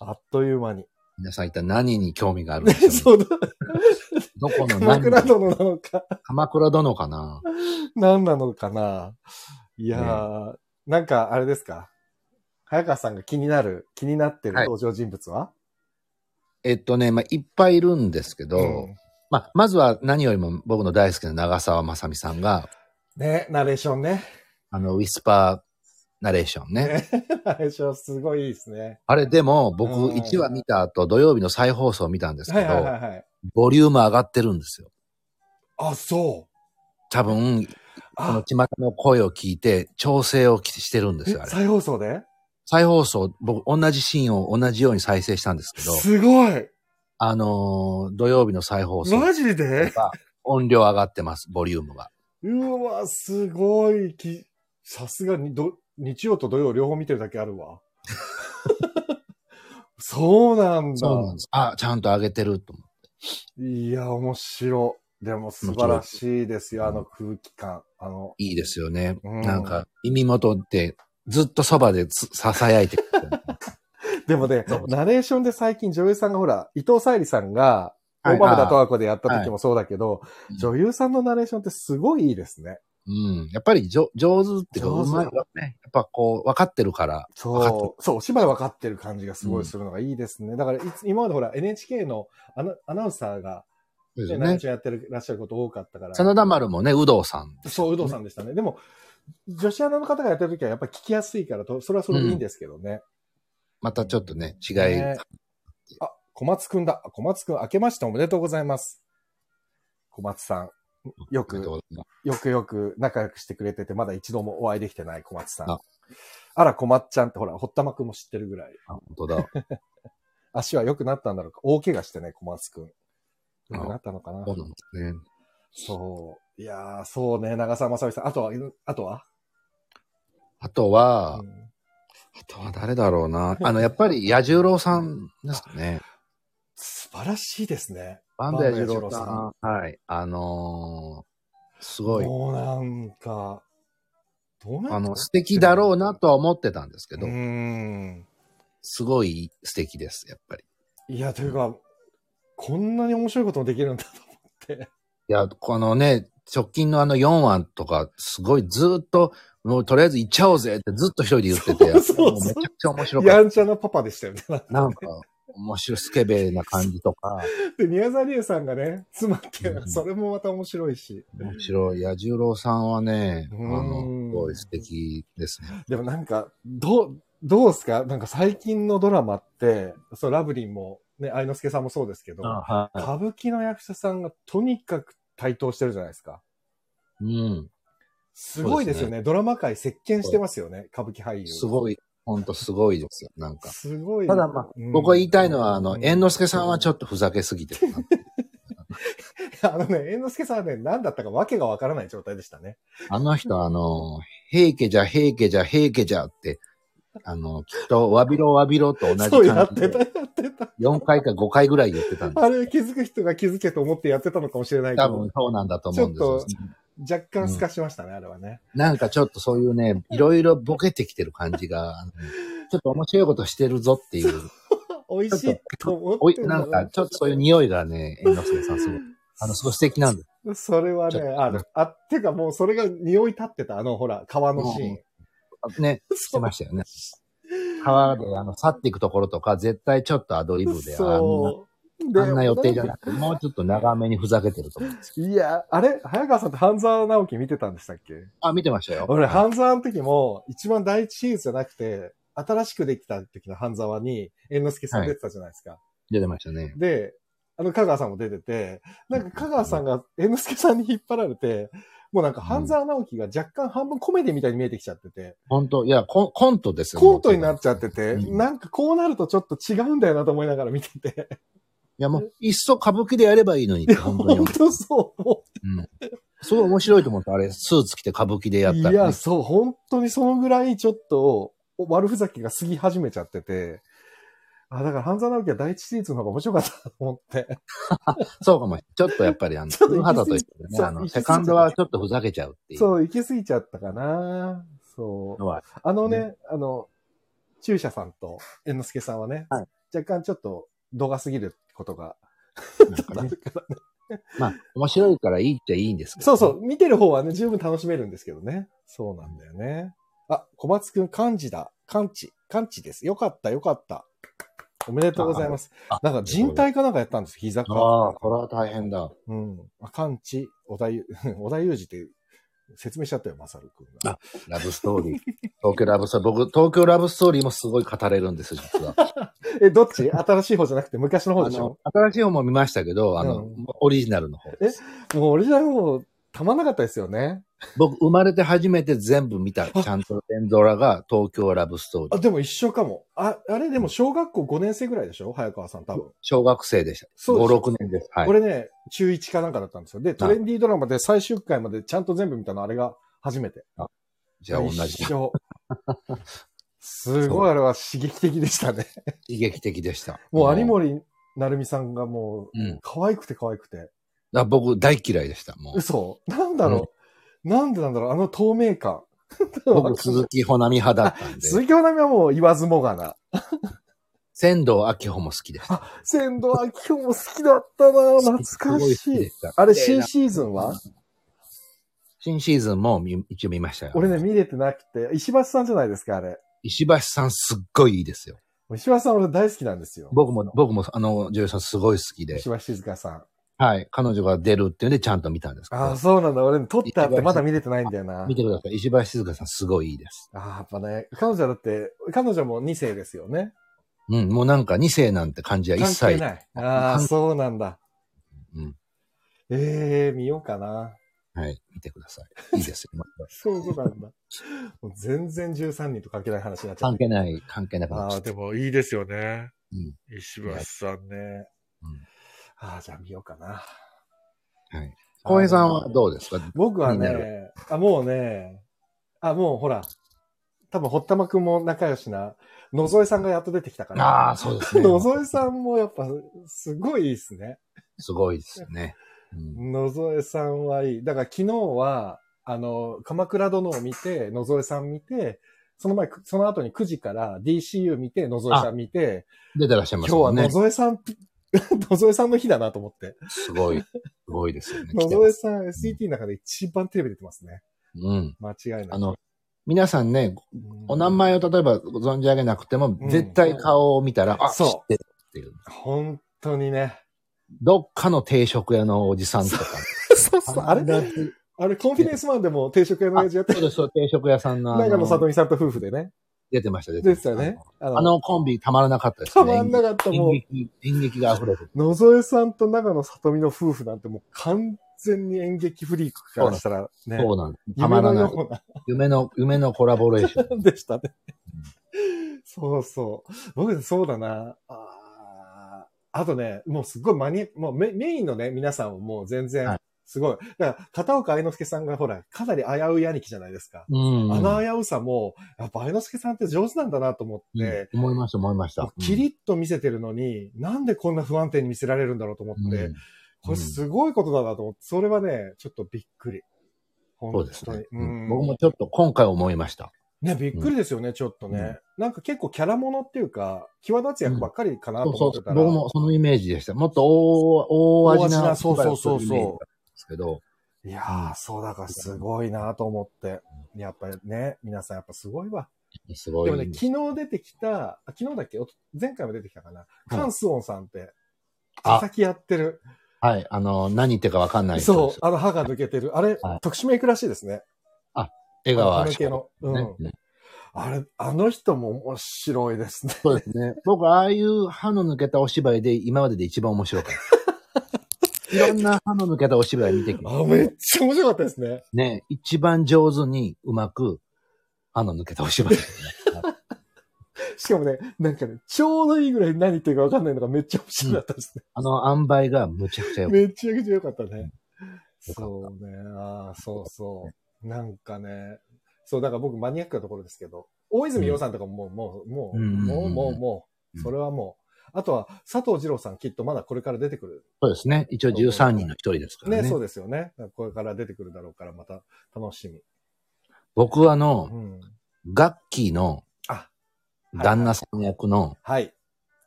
Speaker 1: あっという間 に。
Speaker 2: 皆さん一体何に興味があるん
Speaker 1: ね、
Speaker 2: でしょう、
Speaker 1: そうだ。
Speaker 2: どこの
Speaker 1: 鎌
Speaker 2: 何
Speaker 1: 倉殿なのか、
Speaker 2: 鎌倉殿かな
Speaker 1: 何なのかな。いやー、なんかあれですか。早川さんが気になる、気になってる
Speaker 2: はい
Speaker 1: 登場人物は、
Speaker 2: えっとね、まあ、いっぱいいるんですけど、
Speaker 1: うん
Speaker 2: まあ、まずは何よりも僕の大好きな長澤まさみさんが、
Speaker 1: ね、ナレーションね。
Speaker 2: あの、ウィスパーナレーションね。
Speaker 1: ねナレーションすごいいいですね。
Speaker 2: あれ、でも僕
Speaker 1: うん
Speaker 2: 1話見た後、土曜日の再放送見たんです
Speaker 1: は
Speaker 2: け
Speaker 1: いはいは
Speaker 2: ど、
Speaker 1: いはい。
Speaker 2: ボリューム上がってるんですよ。
Speaker 1: あ、そう。
Speaker 2: 多分、この
Speaker 1: あ、
Speaker 2: 巷の声を聞いて、調整をきしてるんですよ、
Speaker 1: え
Speaker 2: あれ。
Speaker 1: 再放送で
Speaker 2: 再放送、僕、同じシーンを同じように再生したんですけど、
Speaker 1: すごい
Speaker 2: あのー土曜日の再放送
Speaker 1: マジで
Speaker 2: が、音量上がってます、ボリュームが。
Speaker 1: うわ、すごい。きさすがにど、日曜と土曜両方見てるだけある わ。そうなんだ。
Speaker 2: そうなんです。あ、ちゃんと上げてると思
Speaker 1: いや、面白。でも素晴らしいですよ、あの空気感。あの、
Speaker 2: う。いいですよね。
Speaker 1: うん
Speaker 2: なんか、耳元って、ずっとそばでつ囁いてくる。
Speaker 1: でもね
Speaker 2: そう、
Speaker 1: ナレーションで最近女優さんがほら、伊藤沙莉さんが、大豆田十和子でやった時もそうだけど、
Speaker 2: い
Speaker 1: 女優さんのナレーションってすごいいいですね。
Speaker 2: うん。やっぱりじょ上手っていうか、
Speaker 1: 上
Speaker 2: う
Speaker 1: 手
Speaker 2: まいわね。やっぱこう、分かってるから。わかってる
Speaker 1: そう、そう、お芝居分かってる感じがすごいするのがいいですね。だからいつ、今までほら、NHK のアナアナウンサーが、
Speaker 2: そう
Speaker 1: ね、
Speaker 2: ですよ
Speaker 1: ナレー
Speaker 2: ね
Speaker 1: シ。ョンやってるらっしゃること多かったから。
Speaker 2: 真田丸もね、有働さん。
Speaker 1: そう、有働さんでしたね。でも、女子アナの方がやってる時はやっぱり聞きやすいからと、それはそれでいいんですけどね。
Speaker 2: またちょっとね、違い。
Speaker 1: ねあ、小松くんだ。小松くん、明けましておめでとうございます。小松さん。よ
Speaker 2: ありがとう
Speaker 1: く、
Speaker 2: ございます
Speaker 1: よくよく仲良くしてくれてて、まだ一度もお会いできてない小松さん
Speaker 2: あ。
Speaker 1: あら、小松ちゃんってほら、堀田真くんも知ってるぐらい。
Speaker 2: あ本当だ。
Speaker 1: 足は良くなったんだろうか。大怪我してね、小松くん。良くなったのかな
Speaker 2: そ。うなんですね。
Speaker 1: そう。いやー、そうね、長澤まさみさん。あとは、あとは
Speaker 2: あとは、
Speaker 1: うん
Speaker 2: あとは誰だろうな。あの、やっぱり、彌十郎さんですかね。
Speaker 1: 素晴らしいですね。
Speaker 2: バンド彌十郎さん。はい。あのーすごい。
Speaker 1: もうなんか、どうな
Speaker 2: あの、素敵だろうなとは思ってたんですけ
Speaker 1: け
Speaker 2: ど、
Speaker 1: うーん。
Speaker 2: すごい素敵です、やっぱり。
Speaker 1: いや、というか、こんなに面白いこともできるんだと思って。
Speaker 2: いや、このね、直近のあの4話とか、すごいずっと、もうとりあえず行っちゃおうぜってずっと一人で言ってて、
Speaker 1: そうそうそう
Speaker 2: もめちゃくちゃ面白かっ
Speaker 1: やんちゃなパパでしたよね。
Speaker 2: た。なんか、面白いスケベな感じとか、
Speaker 1: で、宮沢りえさんがね、妻って
Speaker 2: う、ん
Speaker 1: それもまた面白いし。
Speaker 2: 面白い。彌十郎さんはね、あ
Speaker 1: うん
Speaker 2: の、すごい素敵ですね。
Speaker 1: でもなんか、どう、どうすかなんか最近のドラマって、そう、ラブリンも、ね、愛之助さんもそうですけど、歌舞伎の役者さんがとにかく台頭してるじゃないですか。
Speaker 2: うん。
Speaker 1: すごいですよね。ドラマ界席巻してますよね、歌舞伎俳優。
Speaker 2: すごい、ほんとすごいですよ。なんか。
Speaker 1: すごい。
Speaker 2: ただまあ
Speaker 1: うん
Speaker 2: 僕が言いたいのは、あの、猿之助さんはちょ
Speaker 1: と。
Speaker 2: っとふざけすぎてるな。
Speaker 1: あのね、猿之助さんはね、何だったかわけがわからない状態でしたね。
Speaker 2: あの人、あの、平家じゃ、平家じゃ、平家じゃって、あの、きっと、わびろ、わびろと同じ
Speaker 1: そうや
Speaker 2: 感
Speaker 1: っ
Speaker 2: じ
Speaker 1: てた、
Speaker 2: で、
Speaker 1: やってた。
Speaker 2: 4回か5回ぐらい言ってたんで
Speaker 1: あれ気づく人が気づけと思ってやってたのかもしれないけ
Speaker 2: 多
Speaker 1: ど
Speaker 2: 分、そうなんだと思うんですよ。
Speaker 1: 若干透かしましたね、あれはね。
Speaker 2: なんかちょっとそういうね、いろいろボケてきてる感 じが、あのちょっと面白いことしてるぞっていう、
Speaker 1: 美味しいと思って
Speaker 2: おい
Speaker 1: る
Speaker 2: なんかちょっとそういう匂いがね、猿之助さんすごい、あの、すごい素敵なんです。
Speaker 1: それはね
Speaker 2: ちょっ、と
Speaker 1: ある。あ、っていうかもうそれが匂い立ってた、あの、ほら、川のシーン。
Speaker 2: ね、してましたよね。川であの去っていくところとか、絶対ちょっとアドリブで、あんな
Speaker 1: そう。で
Speaker 2: あんな予定じゃなくて、もうちょっと長めにふざけてると思うんです。
Speaker 1: いや、あれ早川さんって半沢直樹見てたんでしたっけ
Speaker 2: あ、見てましたよ。
Speaker 1: 俺、半沢の時も、一番第一シリーズじゃなくて、新しくできた時の半沢に、猿之助さん出てたじゃないですか。
Speaker 2: 出てましたね。
Speaker 1: で、あの、香川さんも出てて、なんか香川さんが猿之助さんに引っ張られて、もうなんか半沢直樹が若干半分コメディみたいに見えてきちゃってて、
Speaker 2: 本当いやコン、コントですよ。
Speaker 1: コントになっちゃってて、
Speaker 2: うん
Speaker 1: なんかこうなるとちょっと違うんだよなと思いながら見てて。
Speaker 2: いや、もう、いっそ歌舞伎でやればいいのにって、本当
Speaker 1: 本
Speaker 2: に思う。
Speaker 1: 当そう思
Speaker 2: すごい面白いと思った。あれ、スーツ着て歌舞伎でや
Speaker 1: う。
Speaker 2: っ
Speaker 1: い
Speaker 2: たら
Speaker 1: や、
Speaker 2: ね。
Speaker 1: そう、本当にそのぐらいちょっと悪ふざけが過ぎ始めちゃってて、あ、だから半沢直樹は第一シリーズの方が面白かったと思って。
Speaker 2: そうかもしれない。ちょっとやっぱり、あの、
Speaker 1: ちょっと
Speaker 2: 古畑と一緒
Speaker 1: そ
Speaker 2: でね、
Speaker 1: う
Speaker 2: あ
Speaker 1: 行
Speaker 2: の、
Speaker 1: き過ぎ
Speaker 2: セ
Speaker 1: ちゃう
Speaker 2: カンドはちょっとふざけちゃうっていう
Speaker 1: そう、行き過ぎちゃったかな。そう。
Speaker 2: のは、
Speaker 1: あのね、
Speaker 2: ね
Speaker 1: あの、中車さんと猿之助さんはね、
Speaker 2: はい
Speaker 1: 若干ちょっと度が過ぎることが
Speaker 2: なんか
Speaker 1: あ
Speaker 2: ね
Speaker 1: るから、
Speaker 2: まあ、面白いからいいっちゃいいんですけど。
Speaker 1: そうそ。う、見てる方はね、十分楽しめるんですけどね。そうなんだよね。あ、小松くん、漢字だ。漢字。漢字です。よかった、よかった。おめでとうございます。
Speaker 2: あ
Speaker 1: なんか人体かなんかやったんです、膝か。
Speaker 2: ああ、これは大変だ。
Speaker 1: うん。あ漢字、小田 ゆ、小田裕二って説明しちゃったよ、まさるくんが。
Speaker 2: ラブストーリー。東京ラブストーリー。僕、東京ラブストーリーもすごい語れるんです、実は。
Speaker 1: え、どっち新しい方じゃなくて昔の方
Speaker 2: あ
Speaker 1: でしょ
Speaker 2: の、新しい方も見ましたけど、あの、
Speaker 1: うん
Speaker 2: オリジナルの方。
Speaker 1: もうオリジナルもたまんなかったですよね。
Speaker 2: 僕、生まれて初めて全部見た、ちゃんと連ドラが東京ラブストーリ
Speaker 1: あ、
Speaker 2: ー。
Speaker 1: でも一緒かも。あ、あれでも小学校5年生ぐらいでしょ早川さん多分。
Speaker 2: 小学生でした。
Speaker 1: そうです
Speaker 2: 5、6年です。はい。
Speaker 1: 俺ね、中1かなんかだったんですよ。で、トレンディードラマで最終回までちゃんと全部見たの、あれが初めて。
Speaker 2: じゃあ同じ。
Speaker 1: 一
Speaker 2: 刺
Speaker 1: 緒。すごいあれは刺激的でしたね。
Speaker 2: 激的でした。
Speaker 1: もう有
Speaker 2: も
Speaker 1: 森成美さんがもう、
Speaker 2: うん。だか
Speaker 1: 可愛くて可愛くて。
Speaker 2: ら僕、大嫌いでした。もう。
Speaker 1: 嘘なんだろう、なんでなんだろうあの透明感。
Speaker 2: 僕、鈴木保奈美派だったん で。
Speaker 1: 鈴木保奈美はもう言わずもがな。
Speaker 2: 仙道明穂も好きでした。
Speaker 1: 千堂明日も好きだったな懐かし
Speaker 2: すご好きで
Speaker 1: い。
Speaker 2: した
Speaker 1: あれ、新シーズンは
Speaker 2: 新シーズンも見一応見ましたよ。
Speaker 1: 俺ね、見れてなくて、石橋さんじゃないですか、あれ。
Speaker 2: 石橋さんすっごいいいですよ。
Speaker 1: 石橋さん俺大好きなんですよ。
Speaker 2: 僕も、僕も、あの、女優さんすごい好きで
Speaker 1: 石。橋静香さん。
Speaker 2: はい。彼女が出るっていうんで、ちゃんと見たんですけ
Speaker 1: ああ、
Speaker 2: ど。
Speaker 1: そうなんだ。俺ね、撮ってあってまだ見れてないんだよな。
Speaker 2: 見てください。石橋静香さんすごいいいです。
Speaker 1: ああ、やっぱね、彼女だって、彼女も2世ですよね。
Speaker 2: うん。もうなんか2世なんて感じは一
Speaker 1: 関係
Speaker 2: 切。
Speaker 1: ない。ああ、
Speaker 2: 関
Speaker 1: そうなんだ。
Speaker 2: うん。
Speaker 1: ええ見ようかな。
Speaker 2: はい。見てください。いいですよ。
Speaker 1: そうなんだ。もう全然13人と関係ない話になっちゃった。
Speaker 2: 関係ない、関係なくなっち
Speaker 1: あ
Speaker 2: ゃ
Speaker 1: あ、
Speaker 2: っ
Speaker 1: で
Speaker 2: た。
Speaker 1: もいいですよね。
Speaker 2: うん。
Speaker 1: 石橋さんね。ああ、じゃあ見ようかな。
Speaker 2: はい。浩平さんはどうですか
Speaker 1: 僕は
Speaker 2: 気にな
Speaker 1: ね、あ、もうね、あ、もうほら、多分、堀田真くんも仲良しな、野添さんがやっと出てきたから。
Speaker 2: ああ、そう ですね。
Speaker 1: 野添さんもやっぱ、すごいいいですね。
Speaker 2: すごいですね。うん
Speaker 1: 野添さんはいい。だから昨日は、あの、鎌倉殿を見て、野添さん見て、その前、くその後に9時から DCU 見て、野添さん見て、
Speaker 2: 出てらっしゃいま
Speaker 1: 今
Speaker 2: す
Speaker 1: 日は
Speaker 2: もんね
Speaker 1: 野。添さん 野添さんの日だなと思って。
Speaker 2: すごい、すごいですよね。
Speaker 1: 野
Speaker 2: 来てま
Speaker 1: 添
Speaker 2: す
Speaker 1: さん SET の中で一番テレビ出てますね。
Speaker 2: うん。
Speaker 1: 間違いない。
Speaker 2: あの、皆さんね、
Speaker 1: うん、
Speaker 2: お名前を例えばご存じ上げなくても、
Speaker 1: うん
Speaker 2: 絶対顔を見たら、あ、
Speaker 1: そう
Speaker 2: 知ってるっていう。
Speaker 1: 本当に ね。
Speaker 2: どっかの定食屋のおじさんとか。
Speaker 1: そうそう、あれあれ、コンフィデンスマンでも定食屋の親父やって
Speaker 2: そうですそう定食屋さんのあ
Speaker 1: 長野里
Speaker 2: の
Speaker 1: 美さんと夫婦でね。
Speaker 2: 出てました、出て
Speaker 1: で
Speaker 2: まし
Speaker 1: す
Speaker 2: た。
Speaker 1: よね。あ
Speaker 2: あのコンビたまらなかったです
Speaker 1: た
Speaker 2: ね。
Speaker 1: まんなかった、もう。
Speaker 2: 演劇、演劇が溢れてる。
Speaker 1: 野添さんと長野里美の夫婦なんてもう完全に演劇フリークからしたらね、
Speaker 2: そうなんです。た
Speaker 1: 夢
Speaker 2: まら
Speaker 1: の
Speaker 2: ない。
Speaker 1: ような
Speaker 2: 夢の、夢のコラボレーショ ン。
Speaker 1: でしたね。そうそう。僕、そうだな。あーあとね、もうすっごいマニアもうメメインのね、皆さんはもう全
Speaker 2: は
Speaker 1: 然
Speaker 2: い、
Speaker 1: すごい。だから、片岡愛之助さんがほら、かなり危うい兄貴じゃないですか。
Speaker 2: うん。
Speaker 1: あの危うさも、やっぱ愛之助さんって上手なんだなと思って、
Speaker 2: うん思いました、思いました。
Speaker 1: キリッと見せてるのに、なんでこんな不安定に見せられるんだろうと思って、
Speaker 2: うん
Speaker 1: これすごいことだなと思って、それはね、ちょっとびっくり。本
Speaker 2: そ
Speaker 1: 当
Speaker 2: う
Speaker 1: に
Speaker 2: ですね。
Speaker 1: う
Speaker 2: うん
Speaker 1: ん。
Speaker 2: 僕もちょっと今回思いました。
Speaker 1: ね、びっくりですよね、ちょっとね。なんか結構キャラものっていうか、際立つ役ばっかりかなと
Speaker 2: そう
Speaker 1: 思っ
Speaker 2: そう
Speaker 1: てたら。
Speaker 2: 僕もそのイメージでした。もっと大、大味
Speaker 1: 大味
Speaker 2: な。
Speaker 1: なそうそうそうそう
Speaker 2: イメージだったんですけど、
Speaker 1: いやー、そうだからすごいなと思って。やっぱりね、皆さんやっぱすごいわ。
Speaker 2: すごい。
Speaker 1: でもね、昨日出てきた、あ昨日だっけおと前回も出てきたかな。カンスオンさんって、
Speaker 2: あ
Speaker 1: 佐々木やってる。
Speaker 2: はい。あの、何言ってるかわかんない人
Speaker 1: そ
Speaker 2: で
Speaker 1: う
Speaker 2: す。、
Speaker 1: あの歯が抜けてる。あれ
Speaker 2: はい、
Speaker 1: 徳島行くらしいですね。
Speaker 2: 江川
Speaker 1: 歯抜けの。う
Speaker 2: ね
Speaker 1: ん。あれ、あの人も面白いですね。
Speaker 2: そうですね。僕、ああいう歯の抜けたお芝居で今までで一番面白 かった。いろんな歯の抜けたお芝居見てきま
Speaker 1: あ、
Speaker 2: し
Speaker 1: めっちゃ面白かったですね。
Speaker 2: た。ね、一番上手にうまく歯の抜けたお芝居。
Speaker 1: しかもね、なんかね、ちょうどいいぐらい何言ってるか分かんないのがめっちゃ面白かったですね。
Speaker 2: あの塩梅がむちゃくちゃ良かっ
Speaker 1: めちゃくちゃ良かったね。
Speaker 2: うん
Speaker 1: そうね。ああ、そうそう。なんかね、そう、だから僕マニアックなところですけど、大泉洋さんとかももう、もう、もう、
Speaker 2: うん
Speaker 1: もう、もう、も
Speaker 2: う
Speaker 1: う、
Speaker 2: ん
Speaker 1: それはもう。あとは、佐藤二郎さんきっとまだこれから出てくる。
Speaker 2: た。そうですね。一応13人の一人ですから
Speaker 1: ね、
Speaker 2: ね。
Speaker 1: そうですよね。これから出てくるだろうから、また楽しみ。
Speaker 2: 僕はあ
Speaker 1: う
Speaker 2: の、
Speaker 1: ん。
Speaker 2: ガッキーの
Speaker 1: あ、
Speaker 2: 旦那さん役の
Speaker 1: はい。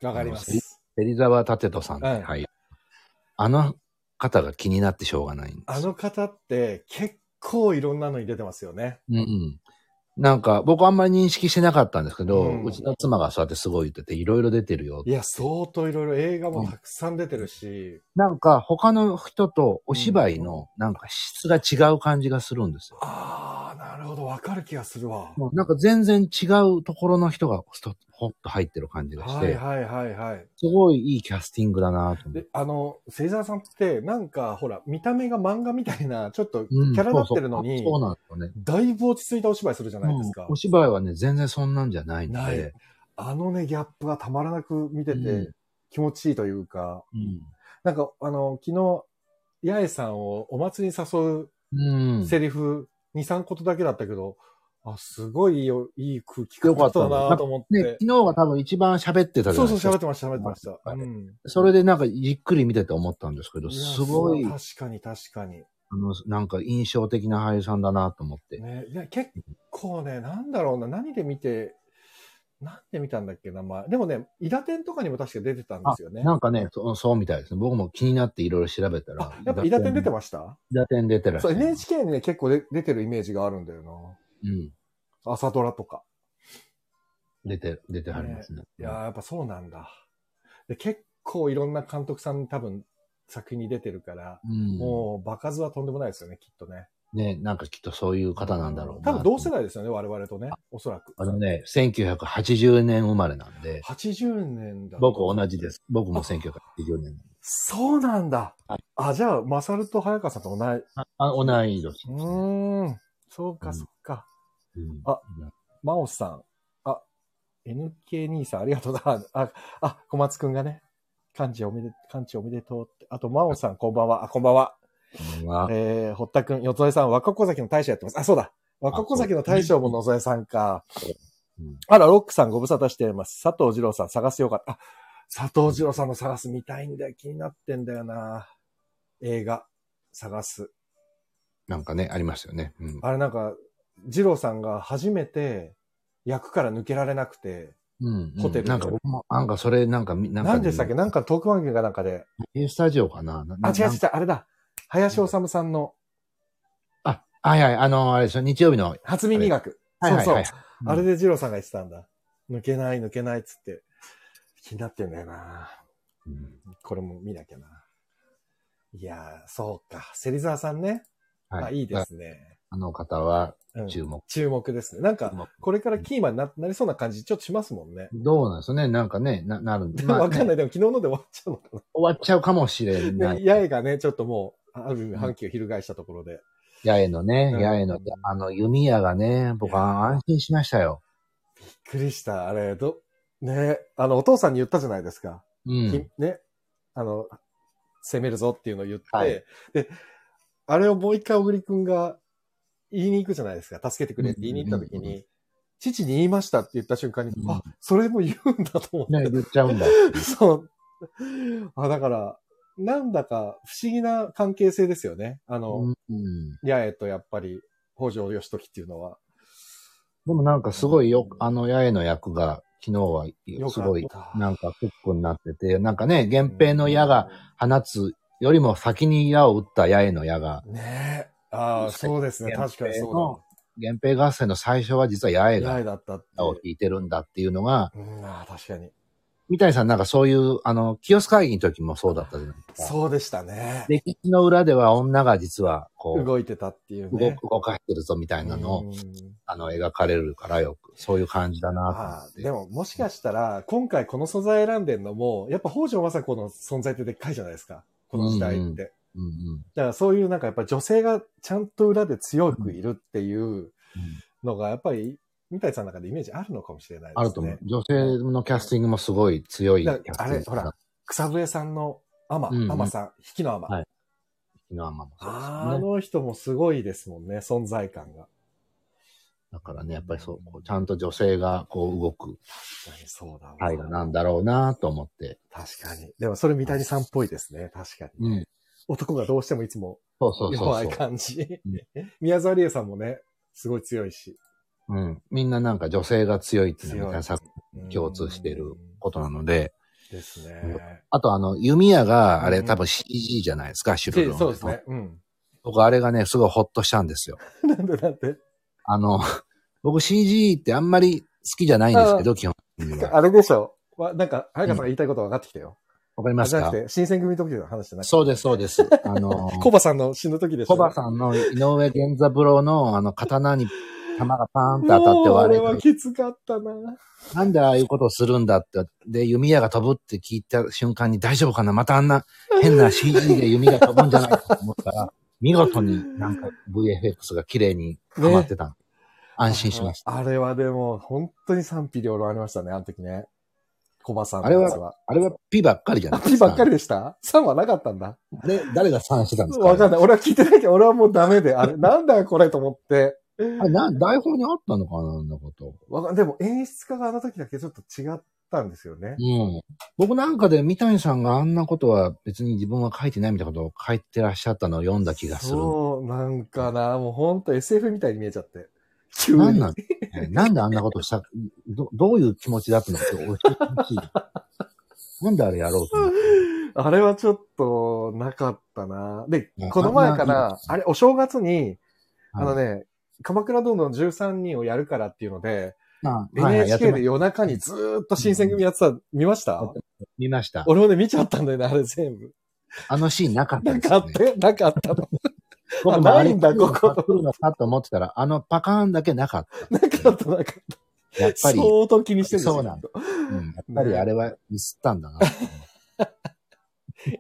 Speaker 1: わかります。
Speaker 2: 芹沢立人さんって、
Speaker 1: はい
Speaker 2: はい。あの方が気になってしょうがないんです。
Speaker 1: あの方って結構いろんなのに出てますよね。
Speaker 2: うんうん。なんか、僕あんまり認識してなかったんですけど、
Speaker 1: う
Speaker 2: うんちの妻がそうやってすごい言ってて、いろいろ出てるよって
Speaker 1: い。や、相当いろいろ映画もたくさん出てるし、
Speaker 2: なんか、他の人とお芝居の、なんか質が違う感じがするんですよ。
Speaker 1: ああ、なるほど、わかる気がするわ。
Speaker 2: もうなんか全然違うところの人がスト、ほっと入ってる感じがし
Speaker 1: は
Speaker 2: て、
Speaker 1: いはいはいはい。
Speaker 2: すごいいいキャスティングだなと思っ
Speaker 1: で
Speaker 2: て。、
Speaker 1: あの、芹沢さんって、なんか、ほら、見た目が漫画みたいな、ちょっとキ
Speaker 2: うん
Speaker 1: ャラ立ってるのに、
Speaker 2: そうそうそうなんですよね。
Speaker 1: だいぶ落ち着いたお芝居するじゃないですか。
Speaker 2: うんお芝居はね、全然そんなんじゃないの
Speaker 1: な
Speaker 2: で
Speaker 1: い。あのね、ギャップがたまらなく見て
Speaker 2: う
Speaker 1: て
Speaker 2: ん、
Speaker 1: 気持ちいいというか、
Speaker 2: うん
Speaker 1: なんか、あの、昨日、八重さんをお祭りに誘う
Speaker 2: うん。
Speaker 1: セリフ2、3ことだけだったけど、あ、すごいよ、いい空気
Speaker 2: よ
Speaker 1: 感
Speaker 2: かった
Speaker 1: だなと思って。
Speaker 2: ね、昨日が多分一番喋ってたじ
Speaker 1: そ
Speaker 2: ゃな
Speaker 1: う
Speaker 2: い
Speaker 1: そ
Speaker 2: で
Speaker 1: う、喋
Speaker 2: すか。
Speaker 1: ってました、喋ってました。
Speaker 2: はい
Speaker 1: うん。
Speaker 2: それでなんかじっくり見てて思ったんですけど、
Speaker 1: いや
Speaker 2: すごい、
Speaker 1: そう確かに、確かに。
Speaker 2: あの、なんか印象的な俳優さんだなと思って。
Speaker 1: ね、いや、結構ね、なんだろうな、何で見て、なんで見たんだっけな、まあ、でもね、イダテンとかにも確か出てたんですよね。
Speaker 2: なんかね、そうそうみたいですね。僕も気になっていろいろ調べたら
Speaker 1: あ、やっぱイダテン出てました
Speaker 2: 伊達天出てらっし
Speaker 1: そ
Speaker 2: ゃ
Speaker 1: う、
Speaker 2: る。
Speaker 1: NHK にね、結構で出てるイメージがあるんだよ
Speaker 2: うん。
Speaker 1: な。朝ドラとか。
Speaker 2: 出て、出てはりますね。
Speaker 1: いやーやっぱそうなんだ。で結構いろんな監督さん多分作品に出てるから、
Speaker 2: うん。
Speaker 1: もう場数はとんでもないですよね、きっとね。
Speaker 2: ね、なんかきっとそういう方なんだろうな。
Speaker 1: 多分同世。代ですよね、我々とね、おそらく。
Speaker 2: あのね、1980年生まれなんで、
Speaker 1: 80年だ。
Speaker 2: 僕同じです。僕も1980年。
Speaker 1: そうなんだ。
Speaker 2: はい
Speaker 1: あ、じゃあ、マサルと早川さんと同い。う
Speaker 2: あ、同い年ですね。
Speaker 1: ーん。そう
Speaker 2: う
Speaker 1: か、
Speaker 2: ん
Speaker 1: そうか。
Speaker 2: うん
Speaker 1: あ真央さん。あ、NK 兄さん、ありがとう だ。あ、あ、小松くんがね。漢字おめで、漢字おめでとうって。あと、真央さん、こんばんは。あ、こんばんは。
Speaker 2: こんばんは
Speaker 1: えー、堀田くん、よつえさん、若子崎の大将やってます。あ、そうだ。若子崎の大将も野添さんか。
Speaker 2: うん
Speaker 1: あら、ロックさんご無沙汰しています。佐藤二郎さん探すよかった。あ、佐藤二郎さんの探す見たいんだよ。気になってんだよな。映画、探す。
Speaker 2: なんかね、ありましたよね。うん
Speaker 1: あれなんか、二郎さんが初めて役から抜けられなくて、
Speaker 2: うん、うん
Speaker 1: ホテル
Speaker 2: なんか、僕もなんかそれ、なんかみ、なんか、
Speaker 1: 何でしたっけなんかトーク番組かなんかで。
Speaker 2: インスタジオかなな
Speaker 1: あ、違う違
Speaker 2: なん
Speaker 1: う、あれだ。林修さんの
Speaker 2: あ、はいはい、あの、あれでしょ、日曜日の。
Speaker 1: 初耳学。
Speaker 2: はいはい
Speaker 1: そう
Speaker 2: はい
Speaker 1: そう。あれで二郎さんが言ってたんだ。抜けない、抜けないっつって。気になってんだよな。
Speaker 2: うん
Speaker 1: これも見なきゃな。いやー、そうか。芹沢さんね。
Speaker 2: はい、
Speaker 1: あ、いいですね。
Speaker 2: あの方は
Speaker 1: うん
Speaker 2: 注目。
Speaker 1: 注目ですね。なん
Speaker 2: 注
Speaker 1: か、
Speaker 2: 目
Speaker 1: これからキーマンにななりそうな感じ、ちょっとしますもんね。
Speaker 2: どうなんですかねなんかね、な、なるん
Speaker 1: で
Speaker 2: で。
Speaker 1: も
Speaker 2: まあ
Speaker 1: わ
Speaker 2: ね
Speaker 1: かんない。でも昨日ので終わっちゃうのか
Speaker 2: 終わっちゃうかもしれ
Speaker 1: な。
Speaker 2: な
Speaker 1: ね
Speaker 2: い。
Speaker 1: 八重がね、ちょっともう、ある意味
Speaker 2: うん
Speaker 1: 反旗を翻したところで。
Speaker 2: 八重のね、
Speaker 1: うん
Speaker 2: 八重の、あの、弓矢がね、僕は安心しましたよ。
Speaker 1: びっくりした。あれ、ど、ね、あの、お父さんに言ったじゃないですか。
Speaker 2: う
Speaker 1: き
Speaker 2: ん。
Speaker 1: ね、あの、攻めるぞっていうのを言って、
Speaker 2: はい
Speaker 1: で、あれをもう一回小栗くんが言いに行くじゃないですか。助けてくれって言いに行った時
Speaker 2: うんうんうんう
Speaker 1: に、父に言いましたって言った瞬間に、
Speaker 2: うん
Speaker 1: あ、それも言うんだと思って。
Speaker 2: ね、言っち ゃうんだ。
Speaker 1: そう。あ、だから、なんだか不思議な関係性ですよね。あの、
Speaker 2: うん。
Speaker 1: 八重とやっぱり北条義時っていうのは。
Speaker 2: でもなんかすごいよ、あの八重の役が昨日は
Speaker 1: よかった
Speaker 2: すごい、なんかフックになってて、なんかね、源平の矢が放つよりも先に矢を打った八重の矢が、
Speaker 1: ねえ。ああ、そうですね。確かにそ
Speaker 2: 源平合戦の最初は実は八
Speaker 1: う
Speaker 2: 重
Speaker 1: だ。八
Speaker 2: が
Speaker 1: 重だったって。
Speaker 2: 矢を引いてるんだっていうのが、
Speaker 1: うん、ああ、確かに。
Speaker 2: 三谷さんなんかそういう、あの、清須会議の時もそうだったじゃないですか。
Speaker 1: そうでしたね。
Speaker 2: 歴史の裏では女が実は、こう、
Speaker 1: 動いてたっていう
Speaker 2: 動
Speaker 1: ね。
Speaker 2: 動かしてるぞみたいなのを、
Speaker 1: うん
Speaker 2: あの、描かれるからよく、そういう感じだな
Speaker 1: ああ
Speaker 2: と
Speaker 1: で
Speaker 2: 思って。
Speaker 1: ももしかしたら、今回この素材選んでんのも、やっぱ北条政子の存在ってでっかいじゃないですか。この時代って。
Speaker 2: うんうん
Speaker 1: だ
Speaker 2: うんうん
Speaker 1: からそういうなんかやっぱ女性がちゃんと裏で強くいるっていうのが、やっぱり三谷さんの中でイメージあるのかもしれないですね。
Speaker 2: あると思う。女性のキャスティングもすごい強いキ
Speaker 1: だ
Speaker 2: ャステ
Speaker 1: か
Speaker 2: ィ
Speaker 1: らあ
Speaker 2: ング。
Speaker 1: れ、ほら、、草笛さんの天、
Speaker 2: うんうん
Speaker 1: 天さん、引きの天。
Speaker 2: はい昨日はまあ
Speaker 1: あ
Speaker 2: そうですよね。
Speaker 1: の人もすごいですもんね、存在感が。
Speaker 2: だからね、やっぱりそう、こうちゃんと女性がこう動く
Speaker 1: 確かにそうだわ
Speaker 2: 絵画なんだろうなと思って。
Speaker 1: 確かに。でもそれ三谷さんっぽいですね。確かに。
Speaker 2: うん。
Speaker 1: 男がどうしてもいつも
Speaker 2: そうそうそう
Speaker 1: 弱
Speaker 2: そ。
Speaker 1: いう感じ
Speaker 2: う。
Speaker 1: 宮沢りえさんもね、すごい強いし。
Speaker 2: うん。みんななんか女性が強いっていうの
Speaker 1: 強い
Speaker 2: がさ共通していることなので、
Speaker 1: ですね。
Speaker 2: あとあの、弓矢があ
Speaker 1: う
Speaker 2: れ
Speaker 1: ん
Speaker 2: 多分 CG じゃないですか、シュルルン。
Speaker 1: そうですね。 うん。
Speaker 2: 僕あれがね、すごいホッとしたんですよ。
Speaker 1: なんでなんで
Speaker 2: あの、僕 CG ってあんまり好きじゃないんですけど、基本的には。
Speaker 1: あれでしょわなんか、早川さんが言いたいこと分かってきたよ。
Speaker 2: わかり
Speaker 1: あ
Speaker 2: ま
Speaker 1: じ
Speaker 2: す
Speaker 1: ゃな
Speaker 2: か
Speaker 1: くて、新選組の時の話じゃなくて。
Speaker 2: そうです、そうです。あの、
Speaker 1: コバさんの死ぬ時でしょ
Speaker 2: コバ
Speaker 1: ん
Speaker 2: さんの井上源三郎のあの刀に弾がパーンと当たって
Speaker 1: あ
Speaker 2: 終
Speaker 1: れ
Speaker 2: わ
Speaker 1: は
Speaker 2: る。
Speaker 1: きつかったな。
Speaker 2: なんでああいうことをするんだって。で、弓矢が飛ぶって聞いた瞬間に大丈夫かなまたあんな変な CG で弓が飛ぶんじゃないかと思っ たら、見事になんか VFX が綺麗にはまってた。安心しました。
Speaker 1: ああれはでも、本当に賛否両論ありましたね、あの時ね。コバさんの
Speaker 2: あれは
Speaker 1: やつは。
Speaker 2: あれは P ばっかりじゃないです
Speaker 1: ピ
Speaker 2: か。
Speaker 1: ばっかりでした3はなかったんだ。
Speaker 2: で、誰が3してたんですか
Speaker 1: わかんない。俺は聞いてないけど、俺はもうダメで、あれ、なんだよこれと思って。
Speaker 2: あれな、台本にあったのかなあんなこと。
Speaker 1: わかんでも演出家があの時だけちょっと違ったんですよね。
Speaker 2: うん。僕なんかで三谷さんがあんなことは別に自分は書いてないみたいなことを書いてらっしゃったのを読んだ気がする。
Speaker 1: そう、なんかな、もうほんと SF みたいに見えちゃって。急
Speaker 2: なん
Speaker 1: に
Speaker 2: な。ん、ねなんであんなことした、どどういう気持ちだったのかって教えてほしい。 なんであれやろうと思って。
Speaker 1: あれはちょっとなかったな。で
Speaker 2: いや、
Speaker 1: この前か
Speaker 2: まあ
Speaker 1: ら、あれ、お正月に、
Speaker 2: は
Speaker 1: あ
Speaker 2: い
Speaker 1: のね、鎌倉殿の13人をやるからっていうので、
Speaker 2: まあ、はいはい、やって
Speaker 1: NHK
Speaker 2: ま
Speaker 1: で夜中にずーっと新選組やってた、見ました
Speaker 2: 見ました。
Speaker 1: 俺もね、見ちゃったんだよね、あれ全部。
Speaker 2: あのシーンなかった
Speaker 1: な
Speaker 2: です
Speaker 1: か
Speaker 2: よ
Speaker 1: っ
Speaker 2: ね。
Speaker 1: たよ、なかったの。
Speaker 2: 僕
Speaker 1: あ
Speaker 2: もあ
Speaker 1: ないんだここ
Speaker 2: 来るのかと思ってたら、あのパカーンだけなかっ
Speaker 1: なかった、なかった。
Speaker 2: た。やっぱり、
Speaker 1: 相当気にしてるんですよ
Speaker 2: そうなんだうんやっぱりあれはミスったんだな。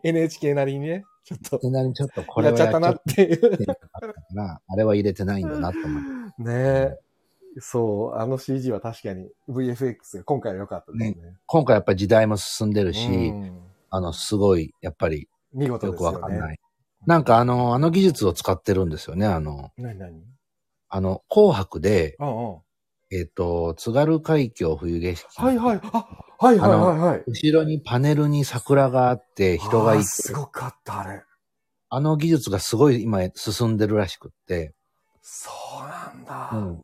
Speaker 1: NHK なりにね、ちょっと
Speaker 2: それなりにちょっとこれ
Speaker 1: やっ
Speaker 2: は
Speaker 1: ち
Speaker 2: や
Speaker 1: ゃ
Speaker 2: っ
Speaker 1: っ
Speaker 2: ちゃ
Speaker 1: た
Speaker 2: った
Speaker 1: なっていう。
Speaker 2: から、あれは入れてないんだなと思って。
Speaker 1: ねえ。そう、あの CG は確かに VFX が今回は良かったですね。
Speaker 2: 今回やっぱり時代も進んでるし、
Speaker 1: うん
Speaker 2: あの、すごい、やっぱり
Speaker 1: 見事
Speaker 2: よ
Speaker 1: で
Speaker 2: く
Speaker 1: すよ
Speaker 2: わ
Speaker 1: ね。
Speaker 2: かんない。なんかあの、あの技術を使ってるんですよね。あの、
Speaker 1: 何何
Speaker 2: あの、紅白で、
Speaker 1: うんうん。
Speaker 2: えっ、と、津軽海峡冬景色。
Speaker 1: はいはい。あ、はいはいはいはい。
Speaker 2: 後ろにパネルに桜があって、人がい
Speaker 1: あ
Speaker 2: て
Speaker 1: ー、すごかった、あれ。
Speaker 2: あの技術がすごい今進んでるらしくって、
Speaker 1: そうなんだ。
Speaker 2: うん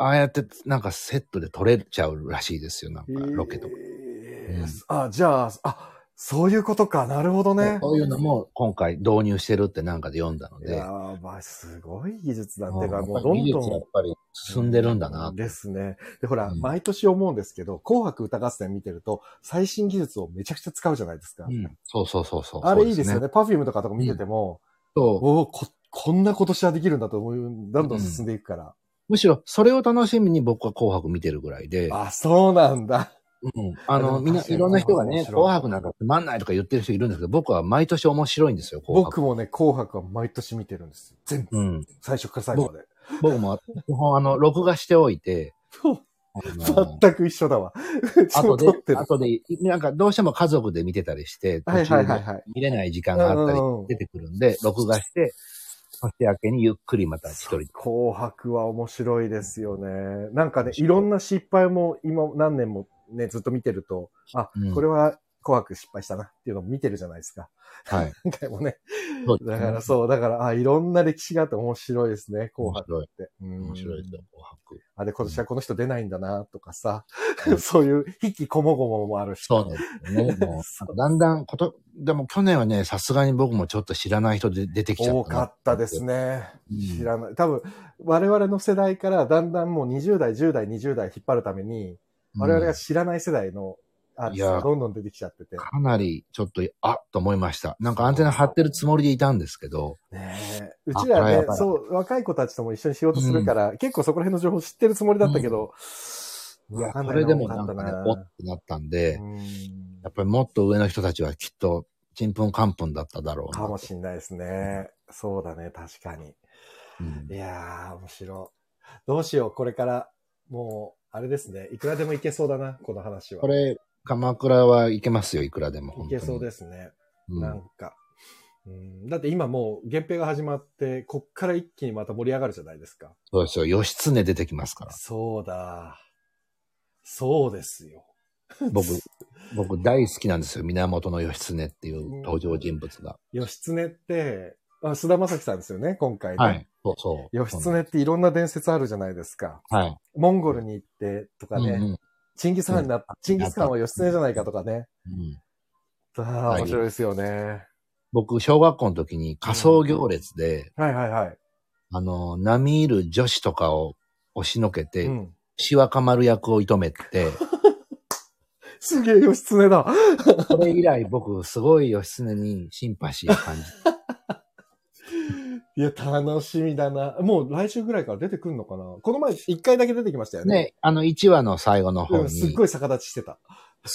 Speaker 2: ああやって、なんかセットで撮れちゃうらしいですよ、なんか、ロケとか。
Speaker 1: えー
Speaker 2: うん
Speaker 1: あ、じゃあ、あ、そういうことか。なるほどね。
Speaker 2: そういうのも今回導入してるってなんかで読んだの
Speaker 1: い
Speaker 2: で。
Speaker 1: やーまあ、すごい技術だ
Speaker 2: う
Speaker 1: っ
Speaker 2: ん
Speaker 1: ていう
Speaker 2: や
Speaker 1: か、
Speaker 2: っ
Speaker 1: もう
Speaker 2: ぱ
Speaker 1: ど
Speaker 2: り
Speaker 1: ん
Speaker 2: 技
Speaker 1: ど
Speaker 2: 術や
Speaker 1: ん
Speaker 2: っ。ぱり進んでるんだな。
Speaker 1: ですね。で、ほら、
Speaker 2: うん
Speaker 1: 毎年思うんですけど、紅白歌合戦見てると、最新技術をめちゃくちゃ使うじゃないですか。
Speaker 2: うん、そうそうそうそう。
Speaker 1: あれいいですよ
Speaker 2: ね。
Speaker 1: ね。パフュームとかとか見てても、
Speaker 2: そう
Speaker 1: おおこ、こんな今年はできるんだと思う、どんどん進んでいくから。
Speaker 2: むしろそれを楽しみに僕は紅白見てるぐらいで。
Speaker 1: あ、そうなんだ。
Speaker 2: うん、あ
Speaker 1: でも
Speaker 2: の、みんな、
Speaker 1: 確かに
Speaker 2: いろんな人が
Speaker 1: 面
Speaker 2: ね、
Speaker 1: 白い
Speaker 2: 紅白なんかつまんないとか言ってる人いるんですけど、僕は毎年面白いんですよ、紅白。
Speaker 1: 僕もね、紅白は毎年見てるんですよ。全部。
Speaker 2: うん。
Speaker 1: 最初から最後まで。
Speaker 2: 僕も、基本、あの、録画しておいて、あの
Speaker 1: 全く一緒だわ。う ちも
Speaker 2: 後
Speaker 1: 撮っ
Speaker 2: で
Speaker 1: て、る。
Speaker 2: 後で、なんかどうしても家族で見てたりして、
Speaker 1: はい
Speaker 2: 途
Speaker 1: は
Speaker 2: 中
Speaker 1: いはい
Speaker 2: で
Speaker 1: はい。
Speaker 2: 見れない時間があったり
Speaker 1: うんうん
Speaker 2: 出てくるんで、録画して、年明けにゆっくりまた一人で。
Speaker 1: 紅白は面白いですよね。なんかね、いろんな失敗も今何年もね、ずっと見てると、あ、
Speaker 2: うん
Speaker 1: これは紅白失敗したなっていうのも見てるじゃないですか。
Speaker 2: はい。
Speaker 1: 今回もね。
Speaker 2: そうです
Speaker 1: だ
Speaker 2: ね
Speaker 1: からそう、だから、あ、いろんな歴史があって面白いですね、紅白
Speaker 2: 面白い。
Speaker 1: って。うん
Speaker 2: 面白いですよ、紅白。
Speaker 1: あ、で、今年はこの人出ないんだな、とかさ
Speaker 2: う、ん
Speaker 1: そういう、引きこもごももあるし。
Speaker 2: そうな んですよね。も
Speaker 1: そう
Speaker 2: う、だんだんこと、でも去年はね、さすがに僕もちょっと知らない人で出てきちゃった。
Speaker 1: 多かったです。ね。
Speaker 2: うん
Speaker 1: 知らない。多分、我々の世代からだんだんもう20代、10代、20代引っ張るために、我々が知らない世代のアーティスト
Speaker 2: い
Speaker 1: が
Speaker 2: や
Speaker 1: どんどん出てきちゃってて。
Speaker 2: かなりちょっと、あっと思いました。なんかアンテナ張ってるつもりでいたんですけど、
Speaker 1: ねえうちら
Speaker 2: あこれや
Speaker 1: ね
Speaker 2: ば、い
Speaker 1: そう、若い子たちとも一緒に仕事するから、結構そこら辺の情報知ってるつもりだったけど、
Speaker 2: いや、
Speaker 1: わかん
Speaker 2: そ
Speaker 1: ない
Speaker 2: れで
Speaker 1: な
Speaker 2: も
Speaker 1: 多か
Speaker 2: な
Speaker 1: っ
Speaker 2: ん
Speaker 1: た
Speaker 2: かね
Speaker 1: な、
Speaker 2: おってなったんで、
Speaker 1: うん
Speaker 2: やっぱりもっと上の人たちはきっと、ちんぷんかんぷんだっただろうな。
Speaker 1: かもしんないですね。そうだね、確かに。
Speaker 2: うん
Speaker 1: いやー、面白い。どうしよう、これから、もう、あれですね、いくらでもいけそうだな、この話は。
Speaker 2: これ、鎌倉はいけますよ、いくらでも。。
Speaker 1: いけそうですすね。
Speaker 2: うん
Speaker 1: なんか。うん、だって今もう、源平が始まって、こっから一気にまた盛り上がるじゃないですか。
Speaker 2: そうですよ、義経出てきますから。
Speaker 1: そうだ。そうですよ。
Speaker 2: 僕、僕大好きなんですよ、源義経っていう登場人物が。
Speaker 1: 義経って、あ菅田将暉さんですよね、今回ね。
Speaker 2: はい。そうそう。
Speaker 1: 義経っていろんな伝説あるじゃないですか。
Speaker 2: はい。
Speaker 1: モンゴルに行ってとかね、
Speaker 2: うんうん
Speaker 1: チンギスハンになった、チンギスハンは義経じゃないかとかね。
Speaker 2: う
Speaker 1: あ
Speaker 2: ん
Speaker 1: あ、
Speaker 2: はい
Speaker 1: 面白いですよね。
Speaker 2: 僕、小学校の時に仮想行列で、
Speaker 1: はいはいはい。
Speaker 2: あの、並みいる女子とかを押しのけて、
Speaker 1: うん、
Speaker 2: しわかまる役を射止め て、
Speaker 1: すげえ義経だ。
Speaker 2: それ以来僕、すごい義経にシンパシーを感じて、
Speaker 1: いや、楽しみだな。もう来週ぐらいから出てくるのかなこの前、一回だけ出てきましたよね。
Speaker 2: ね、あの、1話の最後の
Speaker 1: う
Speaker 2: 方
Speaker 1: ん、
Speaker 2: に、
Speaker 1: すっ
Speaker 2: す
Speaker 1: ごい逆立ちしてた。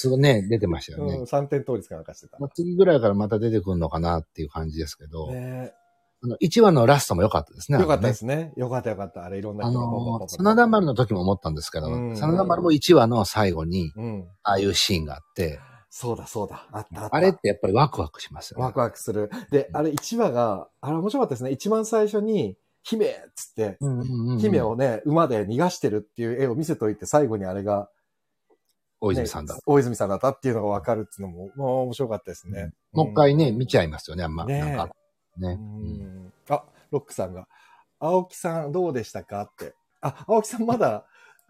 Speaker 2: ごいね、出てましたよね。
Speaker 1: うん、3点倒立かなんかしてた。
Speaker 2: まあ次ぐらいからまた出てくるのかなっていう感じですけど、
Speaker 1: ね
Speaker 2: あの1話のラストも良かったですね。
Speaker 1: よかったで
Speaker 2: ね。
Speaker 1: すね。よかったよかった。あれいろんな
Speaker 2: あ
Speaker 1: 人がポンポンポンポ
Speaker 2: の
Speaker 1: ン、
Speaker 2: 真田丸の時も思ったんですけど、
Speaker 1: うん
Speaker 2: 真田丸も1話の最後に、
Speaker 1: うん。
Speaker 2: ああいうシーンがあって、
Speaker 1: そうだそうだ。あったあった。
Speaker 2: あれってやっぱりワクワクしますよね。
Speaker 1: ワクワクする。で、あれ1話が、あれ面白かったですね。一番最初に、姫っつって、
Speaker 2: うんうんうん
Speaker 1: 姫をね、馬で逃がしてるっていう絵を見せといて、最後にあれが、
Speaker 2: 大
Speaker 1: ね
Speaker 2: 泉さんだ。
Speaker 1: 大泉さんだったっていうのがわかるっていうのも、まあ面白かったですね。
Speaker 2: もう一回ね、見ちゃいますよね、あんま。
Speaker 1: ねえ
Speaker 2: なんかね
Speaker 1: う。んあ、ロックさんが、青木さんどうでしたかって。あ、青木さんまだ、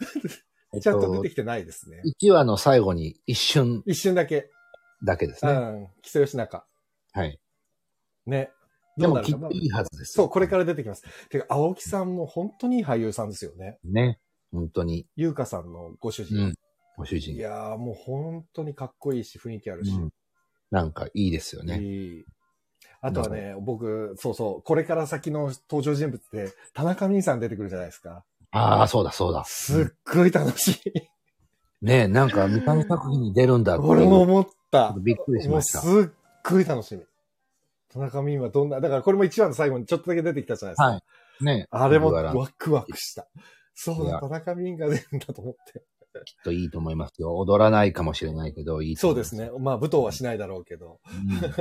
Speaker 2: えっ
Speaker 1: ちゃんと出
Speaker 2: と
Speaker 1: て、きてないですね。
Speaker 2: 1話の最後に一瞬
Speaker 1: 一瞬だけ。
Speaker 2: だけです
Speaker 1: う
Speaker 2: ね。
Speaker 1: ん。木曽義仲。
Speaker 2: はい。
Speaker 1: ね。
Speaker 2: で
Speaker 1: どう
Speaker 2: も
Speaker 1: な
Speaker 2: き
Speaker 1: る
Speaker 2: っ
Speaker 1: か
Speaker 2: といいはずです。
Speaker 1: そう、これから出てきます。てか、青木さんも本当にいい俳優さんですよね。
Speaker 2: ね。本当に。
Speaker 1: 優香さんのご主
Speaker 2: う
Speaker 1: 人。
Speaker 2: ん。ご主
Speaker 1: い
Speaker 2: 人。
Speaker 1: やー、もう本当にかっこいいし、雰囲気あるし。
Speaker 2: うんなんかいいですよね。
Speaker 1: いいあとはね、僕、そうそう、これから先の登場人物って、田中美さん出てくるじゃないですか。
Speaker 2: ああ、そうだそうだ。
Speaker 1: すっごい楽しい。
Speaker 2: ねえ、なんか三上作品に出るんだっていう。
Speaker 1: 俺も思った
Speaker 2: ちょっと。びっくりし
Speaker 1: も
Speaker 2: ま
Speaker 1: う
Speaker 2: し
Speaker 1: す
Speaker 2: た。
Speaker 1: っごい楽しみ。田中美はどんな、だからこれも一話の最後にちょっとだけ出てきたじゃないですか。
Speaker 2: はい。ねえ。
Speaker 1: あれも
Speaker 2: 麦わらきっ
Speaker 1: ワクワクした。そう
Speaker 2: い
Speaker 1: だ、
Speaker 2: や
Speaker 1: 田中美が出るんだと思って。
Speaker 2: といいと思いますよ。踊らないかもしれないけど、いいと
Speaker 1: そう
Speaker 2: 思い
Speaker 1: で
Speaker 2: ます
Speaker 1: すね。。まあ、武藤はしないだろうけど。
Speaker 2: うん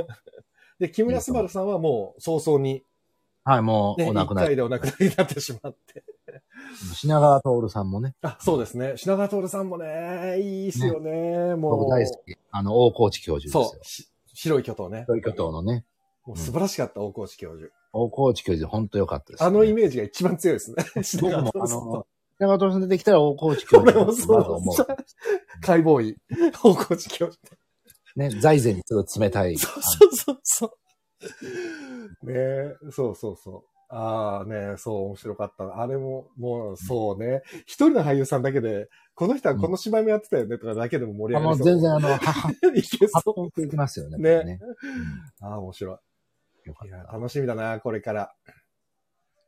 Speaker 1: で、木村昴さんはもう早々に、
Speaker 2: はい、もう
Speaker 1: ね、
Speaker 2: お亡く
Speaker 1: 一
Speaker 2: なり。
Speaker 1: 回でお亡くなりになってしまって。
Speaker 2: 品川徹さんもね、
Speaker 1: あ、そうですね。品川徹さんもね、いいっすよね。もう。
Speaker 2: 僕大好き。あの、大河内教授で
Speaker 1: そ
Speaker 2: す
Speaker 1: う
Speaker 2: よ。。
Speaker 1: し白い巨頭ね。
Speaker 2: そう。巨頭のね。
Speaker 1: もう素晴らしかった、大河内教授。
Speaker 2: 大河内教授、本当良かったです、
Speaker 1: あのイメージが一番強いですね。
Speaker 2: 僕も、
Speaker 1: 品川徹
Speaker 2: あ
Speaker 1: さん
Speaker 2: の、北川徹さん出てきたら大河内教授だとまず思。
Speaker 1: そうう。解剖医、方向地教授。
Speaker 2: ね、財前にすごい冷たい。
Speaker 1: そうそうそうそう。ねえ、そうそうそう。ああねえ、そう、面白かった。あれも、もう、そうね。一人の俳優さんだけで、この人はこの芝居もやってたよねとかだけでも盛り
Speaker 2: あ
Speaker 1: 上がり
Speaker 2: の、
Speaker 1: そう。
Speaker 2: 全然あの、は、は、
Speaker 1: いけそ
Speaker 2: 発
Speaker 1: う。
Speaker 2: 音していきますよね。
Speaker 1: ね
Speaker 2: これね
Speaker 1: ああ、面白
Speaker 2: うんよか
Speaker 1: い。いや、
Speaker 2: った。
Speaker 1: 楽しみだな、これから。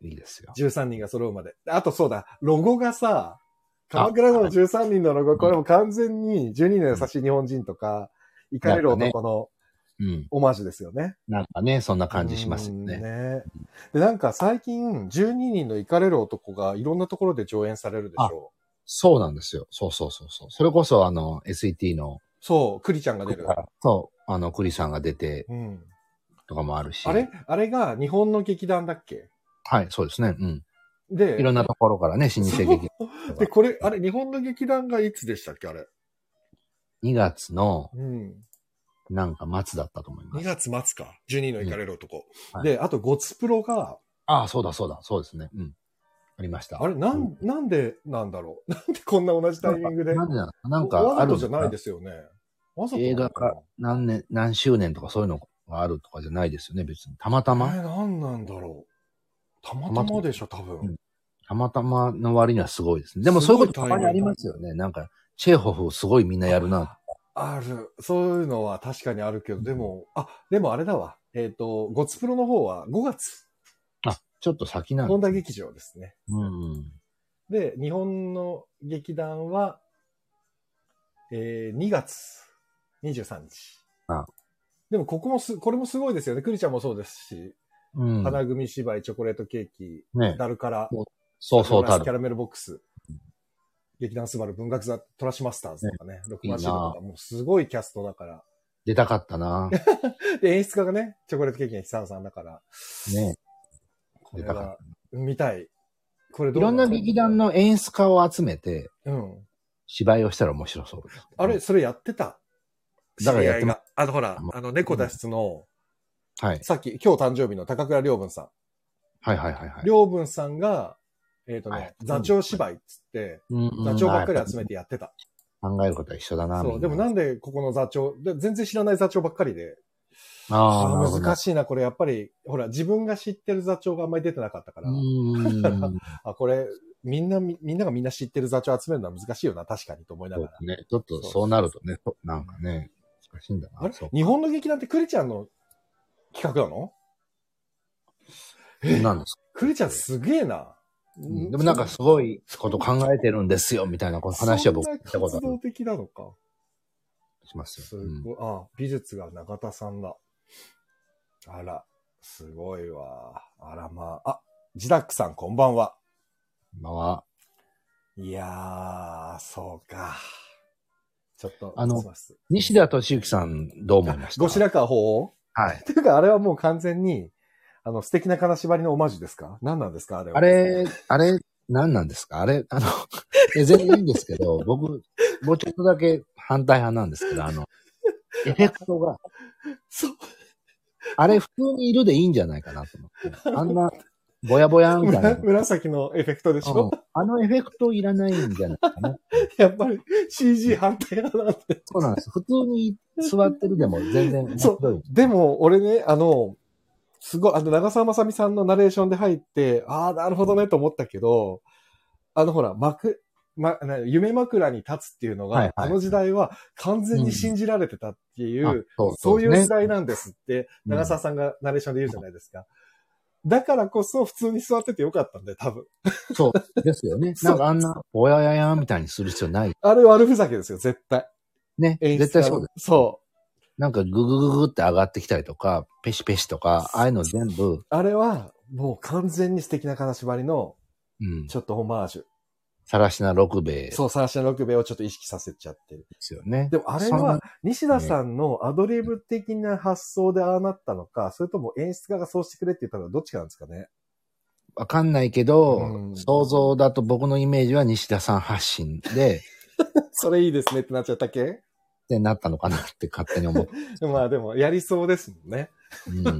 Speaker 2: いいですよ。
Speaker 1: 13人が揃うまで。あとそうだ、ロゴがさ、鎌倉の13人のロゴ、これも完全に12年の優しい日本人とか、イカれる男の
Speaker 2: うん。
Speaker 1: オマージュですよね。
Speaker 2: なんかね、そんな感じしますよ
Speaker 1: うん
Speaker 2: ね。
Speaker 1: で、なんか最近12人のイカれる男がいろんなところで上演されるでしょう。
Speaker 2: そうなんですよ。そうそうそうそう。それこそあの、SET の、
Speaker 1: そう、クリちゃんが出る。
Speaker 2: そう、あの、栗さんが出て
Speaker 1: うん。
Speaker 2: とかもあるし。
Speaker 1: あれあれが日本の劇団だっけ
Speaker 2: はい、そうですね。うん。
Speaker 1: で、
Speaker 2: いろんなところからね、老舗劇。
Speaker 1: そうで、これ、あれ、日本の劇団がいつでしたっけあれ。
Speaker 2: 2月の、
Speaker 1: うん。
Speaker 2: なんか末だったと思いま
Speaker 1: 2
Speaker 2: す。
Speaker 1: 月末か。12人のイカれる男。
Speaker 2: うんはい
Speaker 1: で、あと、ゴツプロが、
Speaker 2: ああ、そうだそうだ、そうですね。うん。ありました。
Speaker 1: あれ、な、
Speaker 2: うん
Speaker 1: なんでなんだろう なんでこんな同じタイミングで。
Speaker 2: なんでなのなんか
Speaker 1: わざ
Speaker 2: ある
Speaker 1: と
Speaker 2: ん
Speaker 1: じゃないですよね。わざとなの
Speaker 2: 映画化何年、何周年とかそういうのがあるとかじゃないですよね、別に。たまた
Speaker 1: え
Speaker 2: ま、
Speaker 1: ー、なんなんだろう。たまたまでしょ、多分。
Speaker 2: うんたまたまの割にはすごいですね。でもそういうことたまにありますよね。なんか、チェーホフすごいみんなやるな。
Speaker 1: ある。そういうのは確かにあるけど、でも、あ、でもあれだわ。えっ、と、ゴツプロの方は5月、
Speaker 2: あ、ちょっと先なん
Speaker 1: 本
Speaker 2: だ。
Speaker 1: 田劇場ですね。
Speaker 2: うん。
Speaker 1: で、日本の劇団は、えー、2月23日。
Speaker 2: あ
Speaker 1: でも、ここもす、これもすごいですよね。クリちゃんもそうですし、
Speaker 2: うん。
Speaker 1: 花組芝居、チョコレートケーキ、
Speaker 2: ね。
Speaker 1: ダルから、
Speaker 2: そうそうた
Speaker 1: キャ
Speaker 2: る。
Speaker 1: ラメルボックス、劇団スバル、文学座、トラシマスターズとかね、ロックマンシードとか、もうすごいキャストだから。
Speaker 2: 出たかったな。ね。
Speaker 1: で、演出家がね、チョコレートケーキの久野さんだから、 これ
Speaker 2: 出たか
Speaker 1: は見たい。これ
Speaker 2: い
Speaker 1: どう
Speaker 2: ろんな劇団。の演出家を集めて、
Speaker 1: うん。
Speaker 2: 芝居をしたら面白そうです、
Speaker 1: あれ、それやってた。
Speaker 2: だからやってま
Speaker 1: 知り合いがあの、ほら、あの、猫脱出の、
Speaker 2: はい。
Speaker 1: さっき、今日誕生日の高倉良文さ
Speaker 2: はいはいはいは
Speaker 1: ん。
Speaker 2: い。
Speaker 1: 良文さんが、えっ、と
Speaker 2: はい
Speaker 1: ね、座長芝居っつって、
Speaker 2: うんうん
Speaker 1: 座長ばっかり集め
Speaker 2: ま
Speaker 1: てやってた。
Speaker 2: あ考えることは一緒だな。
Speaker 1: そう、でもなんんでここの座長、で全然知らない座長ばっかりで、
Speaker 2: あ
Speaker 1: あ
Speaker 2: あ、
Speaker 1: ー難しいな、これやっぱり、ほら、自分が知ってる座長があんまり出てなかったから、
Speaker 2: いなるほど。うーん。
Speaker 1: あ、これ、みんな、みみんながみんな知ってる座長集めるのは難しいよな、確かにと思いな
Speaker 2: そ
Speaker 1: が
Speaker 2: う
Speaker 1: ら
Speaker 2: だ。ね。ちょっとそうなるとね、そうなんかね、難しいんだ
Speaker 1: あ
Speaker 2: な。
Speaker 1: れ
Speaker 2: そう
Speaker 1: 日本の劇団ってクリちゃんの企画なの
Speaker 2: そうなんです。
Speaker 1: クリちゃんすげえな。
Speaker 2: うんでもなんかすごいこと考えてるんですよ、みたいなこの話は僕したこと
Speaker 1: そ
Speaker 2: あ
Speaker 1: んな活動
Speaker 2: る
Speaker 1: 的なのか。
Speaker 2: します
Speaker 1: す
Speaker 2: よ。うん
Speaker 1: ごい。あ、美術が永田さんだ。あら、すごいわ。あらまあ。あ、ジダックさんこんばんは。
Speaker 2: まあ、
Speaker 1: いやー、そうか。ちょっと、
Speaker 2: あの
Speaker 1: すいません
Speaker 2: 西田敏行さん、どう思いました
Speaker 1: ご白川法
Speaker 2: はい。
Speaker 1: っていうか、あれはもう完全に、あの、素敵な金縛りのオマージュですか何なんですかあれは。
Speaker 2: あれ、あれ、何なんですかあれ、あの、 え全然いいんですけど、僕、もうちょっとだけ反対派なんですけど、あの、エフェクトが、
Speaker 1: そう。
Speaker 2: あれ普通にいるでいいんじゃないかなと思って。あんな、ぼやぼやみた いな
Speaker 1: む。紫のエフェクトでし
Speaker 2: うん
Speaker 1: ょ、
Speaker 2: あのエフェクトいらないんじゃないかな。
Speaker 1: やっぱり CG 反対派なんで。
Speaker 2: そうなんです。普通に座ってるでも全然面白い。
Speaker 1: でも、俺ね、あの、すごい、あの、長澤まさみさんのナレーションで入って、ああ、なるほどね、と思ったけど、あの、ほら、幕、ま、な夢枕に立つっていうのが、
Speaker 2: はいはい
Speaker 1: あの時代は完全に信じられてたっていう、
Speaker 2: あそ
Speaker 1: そういう時
Speaker 2: ですね
Speaker 1: 代なんですって、
Speaker 2: うん
Speaker 1: 長澤さんがナレーションで言うじゃないですか。だからこそ普通に座っててよかったんだよ、多分。
Speaker 2: そうですよね。
Speaker 1: そう
Speaker 2: なんかあんな、ぼやややみたいにする必要ない。
Speaker 1: あれ悪ふざけですよ、絶対。
Speaker 2: ね。
Speaker 1: 演出家
Speaker 2: 絶対そうです。
Speaker 1: す。そう。
Speaker 2: なんかググググって上がってきたりとか、ペシペシとか、ああいうの全部、
Speaker 1: あれは、もう完全に素敵な金縛りの、
Speaker 2: うん。
Speaker 1: ちょっとオマージュ。
Speaker 2: さらしな六兵衛で
Speaker 1: そう、サーシャ六兵衛をちょっと意識させちゃってる。
Speaker 2: すよね。
Speaker 1: でもあれ
Speaker 2: その
Speaker 1: は、、西田さんのアドリブ的な発想でああなったのか、それとも演出家がそうしてくれって言ったのはどっちかなんですかね。
Speaker 2: わかんないけど、
Speaker 1: うん
Speaker 2: 想像だと僕のイメージは西田さん発信で、
Speaker 1: それいいですねってなっちゃったっけ
Speaker 2: ってなったのかなって勝手に思って。
Speaker 1: まあでも、やりそうですもんね。
Speaker 2: うん、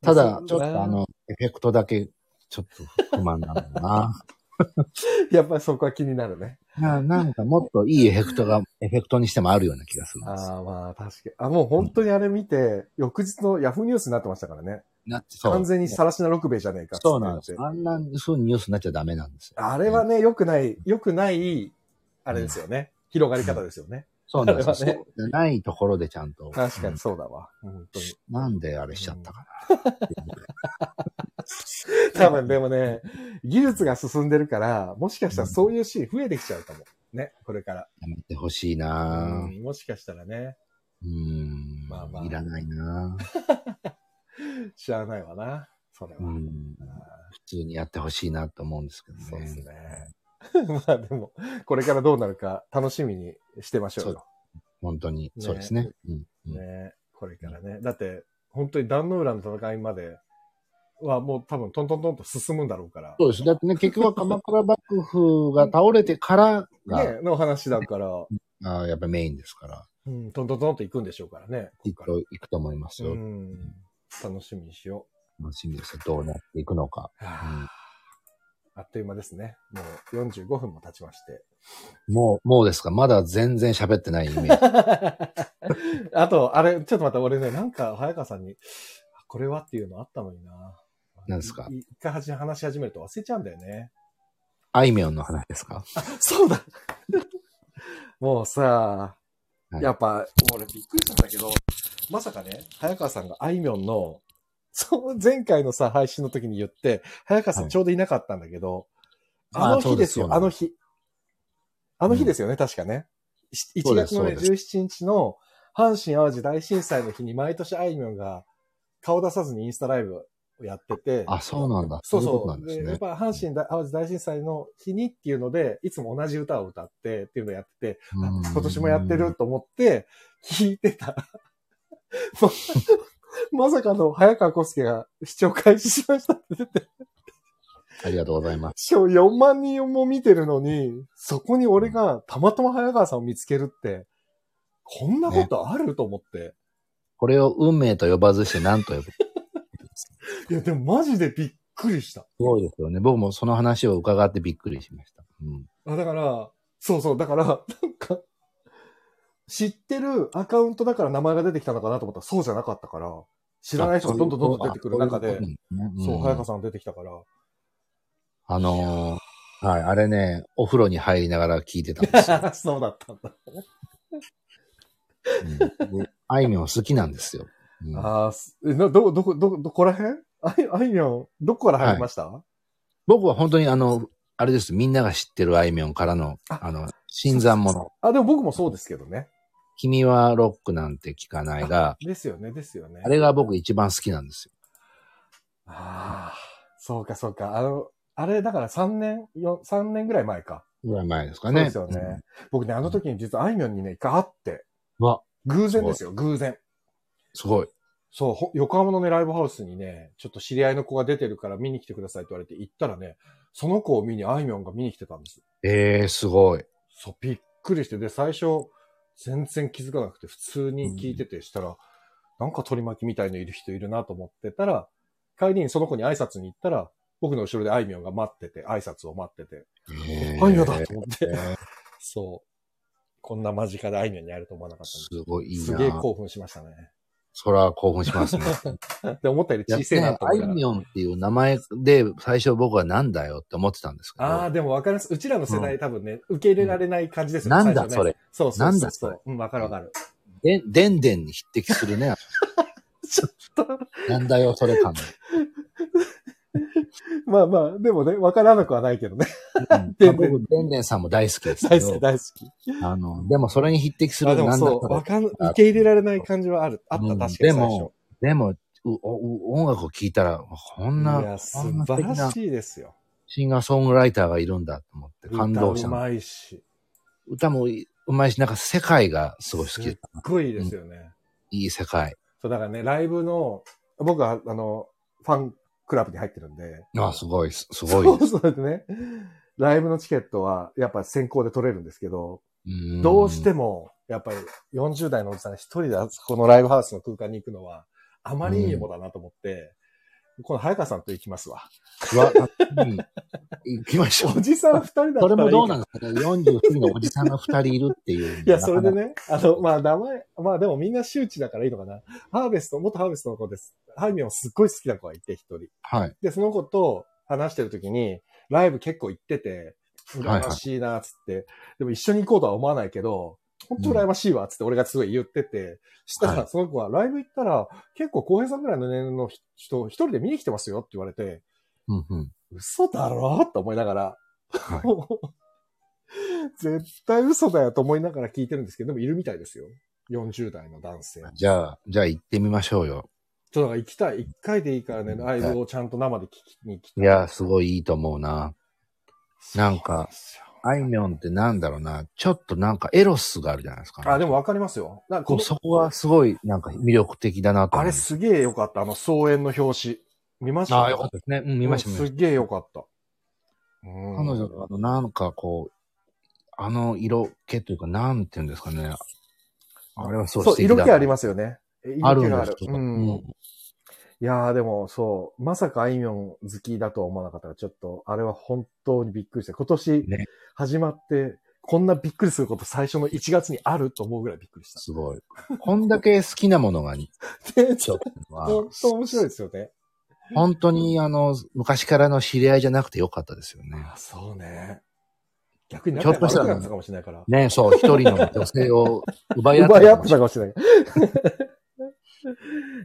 Speaker 2: ただ
Speaker 1: そ、う
Speaker 2: ちょっとあの、エフェクトだけ、ちょっと不満なんだな。
Speaker 1: やっぱりそこは気になるね。
Speaker 2: ななんかもっといいエフェクトが、エフェクトにしてもあるような気がするんです。
Speaker 1: ああ、まあ確かに。あ、もう本当にあれ見て、翌日のヤフーニュースになってましたからね。
Speaker 2: なってそう
Speaker 1: 完全にさらしな六兵衛じゃねえかっつって
Speaker 2: そうなんです。あんな、そういうニュースになっちゃダメなんですよ。
Speaker 1: あれはね、良くない、良くない、あれですよね。広がり方ですよね。
Speaker 2: そうなんですよ。
Speaker 1: あれはね
Speaker 2: そうじゃないところでちゃんと。
Speaker 1: 確かに
Speaker 2: う
Speaker 1: そうだわ。本当に。
Speaker 2: ん。なんであれしちゃったか
Speaker 1: 多分でもね、技術が進んでるから、もしかしたらそういうシーン増えてきちゃうかも。ね、これから。
Speaker 2: な。やめてほしいな
Speaker 1: う
Speaker 2: ぁ。
Speaker 1: んもしかしたらね、
Speaker 2: うん。
Speaker 1: まあまあ
Speaker 2: いらないなぁ。
Speaker 1: 知らないわな。それは。
Speaker 2: うん。普通にやってほしいなと思うんですけどね。
Speaker 1: そうですね。 まあでも、これからどうなるか楽しみにしてましょうよ。
Speaker 2: 本当に。
Speaker 1: ね
Speaker 2: そうですね。うんうん
Speaker 1: ね、これからね。だって、本当に壇ノ浦の戦いまではもう多分トントントンと進むんだろうから。
Speaker 2: そうです。だってね、結局は鎌倉幕府が倒れてからが、
Speaker 1: ね、の話だから、
Speaker 2: あーやっぱメインですから、
Speaker 1: うん、トントントンと行くんでしょうからね。
Speaker 2: きっ
Speaker 1: こっから
Speaker 2: と行くと思いますよ。
Speaker 1: うん、楽しみにしよ
Speaker 2: 楽しみですよ。どうなっていくのか。
Speaker 1: う。あっという間ですね。もう45分も経ちま して。
Speaker 2: もう、もうですかまだ全然喋ってないイメージ。
Speaker 1: あと、あれ、ちょっと待って、俺ね、なんか早川さんに、あこれはっていうのあったのにな。
Speaker 2: 何ですか
Speaker 1: い一回話話し始めると忘れちゃうんだよね。
Speaker 2: あいみょんの話ですか
Speaker 1: そうだもうさ、
Speaker 2: はい
Speaker 1: やっぱ、俺びっくりしたんだけど、まさかね、早川さんがあいみょんの、そう、前回のさ、配信の時に言って、早川さ
Speaker 2: は
Speaker 1: ん
Speaker 2: い
Speaker 1: ちょうどいなかったんだけど、
Speaker 2: あ
Speaker 1: あの
Speaker 2: そ
Speaker 1: 日
Speaker 2: うで
Speaker 1: ですすよ、
Speaker 2: そう
Speaker 1: あ
Speaker 2: で
Speaker 1: の日。あの日ですよね、確かね。し
Speaker 2: そ
Speaker 1: 1
Speaker 2: うです
Speaker 1: 月の、ね、
Speaker 2: そうで
Speaker 1: 17日の阪神淡路大震災の日に毎年あいみょんが顔出さずにインスタライブをやってて。
Speaker 2: あ、そうなんだ。
Speaker 1: そう
Speaker 2: い
Speaker 1: そ
Speaker 2: ことな
Speaker 1: う。
Speaker 2: んです
Speaker 1: でやっ
Speaker 2: ね。
Speaker 1: ぱ阪神大淡路大震災の日にっていうので、いつも同じ歌を歌ってっていうのをやってて、あ
Speaker 2: うん
Speaker 1: 今年もやってると思って、聞いてた。 ままさかの早川康介が視聴開始しましたって出て、
Speaker 2: ありがとうございます。
Speaker 1: しかも4万人も見てるのに、そこに俺がたまたま早川さんを見つけるって、こんなことある、と思って。
Speaker 2: これを運命と呼ばずして何と呼ぶす
Speaker 1: いや、でもマジでびっくりした。
Speaker 2: ごいですよね。僕もその話を伺ってびっくりしました。うん。
Speaker 1: あ、だから、そうそう、だから、 なんか、知ってるアカウントだから名前が出てきたのかなと思ったら、そうじゃなかったから、知らない人がどんどんどんどん出てくる中で、そう、早川
Speaker 2: さん。
Speaker 1: さん出てきたから、
Speaker 2: あのー、はい、あれね、お風呂に入りながら聞いてたんです
Speaker 1: そ
Speaker 2: よ。
Speaker 1: うだったんだ。
Speaker 2: うんであいみょん好きなんですよ。うん
Speaker 1: ああ、すえなど、どこ、ど、どこら辺あい、あいみょん、どこから入りました、
Speaker 2: 僕は本当にあの、あれです。みんなが知ってるあいみょんからの、
Speaker 1: あ
Speaker 2: あの、新参者。
Speaker 1: あ、でも僕もそうですけどね。
Speaker 2: 君はロックなんて聞かないが、
Speaker 1: ですよね、ですよね。
Speaker 2: あれが僕一番好きなんですよ。
Speaker 1: ああ、そうか、そうか。あの、あれ、だから3年、よ3年ぐらい前か。
Speaker 2: ぐらい前ですか
Speaker 1: そう
Speaker 2: ね。
Speaker 1: ですよね。僕ね、あの時に実はあいみょんにね、一回会って、
Speaker 2: うん。わ、
Speaker 1: 偶然ですよ、偶然。
Speaker 2: すごい。
Speaker 1: そう、ほ横浜のね、ライブハウスにね、ちょっと知り合いの子が出てるから見に来てくださいって言われて行ったらね、その子を見にあいみょんが見に来てたんです。
Speaker 2: ええすごい。
Speaker 1: そう、びっくりして、で、最初、全然気づかなくて、普通に聞いててしたら、なんか取り巻きみたいのいる人いるなと思ってたら、帰りにその子に挨拶に行ったら、僕の後ろであいみょんが待ってて、挨拶を待ってて、
Speaker 2: ええ
Speaker 1: あいみょんだと思って、
Speaker 2: え
Speaker 1: そう。こんな間近であいみょんに会えると思わなかったんです
Speaker 2: ごいいい
Speaker 1: す。
Speaker 2: な。
Speaker 1: すげえ興奮しましたね。
Speaker 2: そら興奮しますね。
Speaker 1: で、思ったより小さいなと
Speaker 2: あ
Speaker 1: 思い
Speaker 2: い
Speaker 1: ながら
Speaker 2: み。ょんっていう名前で最初僕はなんだよって思ってたんですけど。
Speaker 1: ああ、でも分かります。うちらの世代、多分ね、受け入れられない感じですよね。
Speaker 2: なんだ
Speaker 1: 最初ね
Speaker 2: それ。
Speaker 1: そうそうそう。
Speaker 2: なんだそれ。
Speaker 1: うん、分かる分かる。
Speaker 2: で、でんでんに匹敵するね。
Speaker 1: ちょっと、
Speaker 2: なんだよ、それ感
Speaker 1: まあまあ、でもね、分からなくはないけどね。
Speaker 2: の。
Speaker 1: で
Speaker 2: で
Speaker 1: んでん
Speaker 2: 僕、でんでんさんも大好きですけ
Speaker 1: 大好き、
Speaker 2: ど。
Speaker 1: 大好き。
Speaker 2: あの、でもそれに匹敵す
Speaker 1: あ
Speaker 2: る
Speaker 1: でも
Speaker 2: なんだ
Speaker 1: そう、
Speaker 2: それ
Speaker 1: 分かん、受け入れられない感じはある。あった、
Speaker 2: う
Speaker 1: 確
Speaker 2: ん
Speaker 1: かに最
Speaker 2: で
Speaker 1: 初。
Speaker 2: も、でも、うおお音楽を聴いたら、こん
Speaker 1: い
Speaker 2: な
Speaker 1: や、素晴らしいですよ。
Speaker 2: シンガーソングライターがいるんだと思って感動し
Speaker 1: 歌
Speaker 2: た
Speaker 1: う
Speaker 2: の。
Speaker 1: まいし。
Speaker 2: 歌もいいうまいし、なんか世界がすごい好き
Speaker 1: すっ。ごいですよね。
Speaker 2: いい世界。
Speaker 1: そう、だからね、ライブの、僕は、あの、ファンクラブに入ってるんで。
Speaker 2: あ、すごい、すすごい。
Speaker 1: そうそうですね。ライブのチケットは、やっぱ先行で取れるんですけど、
Speaker 2: うん
Speaker 1: どうしても、やっぱり40代のおじさんが一人であそこのライブハウスの空間に行くのは、あまりにもだなと思って、この早川さんと行きますわ。
Speaker 2: わ、うん行きましょう
Speaker 1: お。じさん二人だったらいい
Speaker 2: それもどうなん
Speaker 1: の
Speaker 2: ですかね ?40 過ぎのおじさんが2人いるっていう。
Speaker 1: いや、それで
Speaker 2: なか
Speaker 1: ね、あの、まあ、名前、まあでもみんな周知だからいいのかな。ハーベスト、元ハーベストの子です。ハイミョンすっごい好きな子がいて、一人。
Speaker 2: なか。はい。
Speaker 1: で、その子と話してるときに、ライブ結構行ってて、
Speaker 2: はい
Speaker 1: 羨ましいな、つって、でも一緒に行こうとは思わないけど、本当羨ましいわ、つって俺がすごい言ってて、した
Speaker 2: は
Speaker 1: ら
Speaker 2: い
Speaker 1: その子はライブ行ったら、結構浩平さんぐらいの年齢の人、一人で見に来てますよって言われて、
Speaker 2: うんうん。
Speaker 1: 嘘だろと思いながら、
Speaker 2: は
Speaker 1: 絶対嘘だよと思いながら聞いてるんですけど、でもいるみたいですよ。40代の男性。
Speaker 2: じゃあ、じゃあ行ってみましょうよ。
Speaker 1: ちょっとだから行きたい。一回でいいからね、
Speaker 2: うん
Speaker 1: ライブをちゃんと生で聞きに来
Speaker 2: い
Speaker 1: たい。
Speaker 2: や、すごいいいと思うな。なんか
Speaker 1: そうなんですよ
Speaker 2: あいみょんってなんだろうな。ちょっとなんかエロスがあるじゃないですか、
Speaker 1: あ、でもわかりますよ。なんか
Speaker 2: こうそこはすごいなんか魅力的だなと思う。
Speaker 1: あれすげえよかった。あの、草園の表紙。見ました
Speaker 2: ああ、よかったですね。うん、見ました、見
Speaker 1: うん
Speaker 2: まし
Speaker 1: すっげえよかった。うん
Speaker 2: た。彼女のあの、なんかこう、あの色気というか、なんていうんですかね。あれはそう
Speaker 1: そう、色気あり
Speaker 2: ま
Speaker 1: ますよね。え
Speaker 2: あ
Speaker 1: 色
Speaker 2: る
Speaker 1: 気
Speaker 2: ん
Speaker 1: があ
Speaker 2: で
Speaker 1: る
Speaker 2: す。け
Speaker 1: う
Speaker 2: ど。
Speaker 1: ん
Speaker 2: うん
Speaker 1: いやーでもそう、まさかあいみょん好きだとは思わなかったから、ちょっと、あれは本当にびっくりした。今年
Speaker 2: ね
Speaker 1: 始まって、こんなびっくりすること最初の1月にあると思うぐらいびっくりし
Speaker 2: すごい。こんだけ好きなものがに、
Speaker 1: た。で、ち
Speaker 2: ち
Speaker 1: ょ
Speaker 2: ょ
Speaker 1: っ
Speaker 2: っ
Speaker 1: と、
Speaker 2: と は
Speaker 1: 本当面白いですよね。
Speaker 2: 本当にあの、昔からの知り合いじゃなくてよかったですよね。
Speaker 1: あ、そうね。逆に
Speaker 2: ひょっ
Speaker 1: 仲
Speaker 2: とした
Speaker 1: 良
Speaker 2: ら
Speaker 1: くなったかもしれないから。
Speaker 2: ね、そう、一人の女性を奪い合
Speaker 1: 奪い合
Speaker 2: っ
Speaker 1: っててたかもし れない。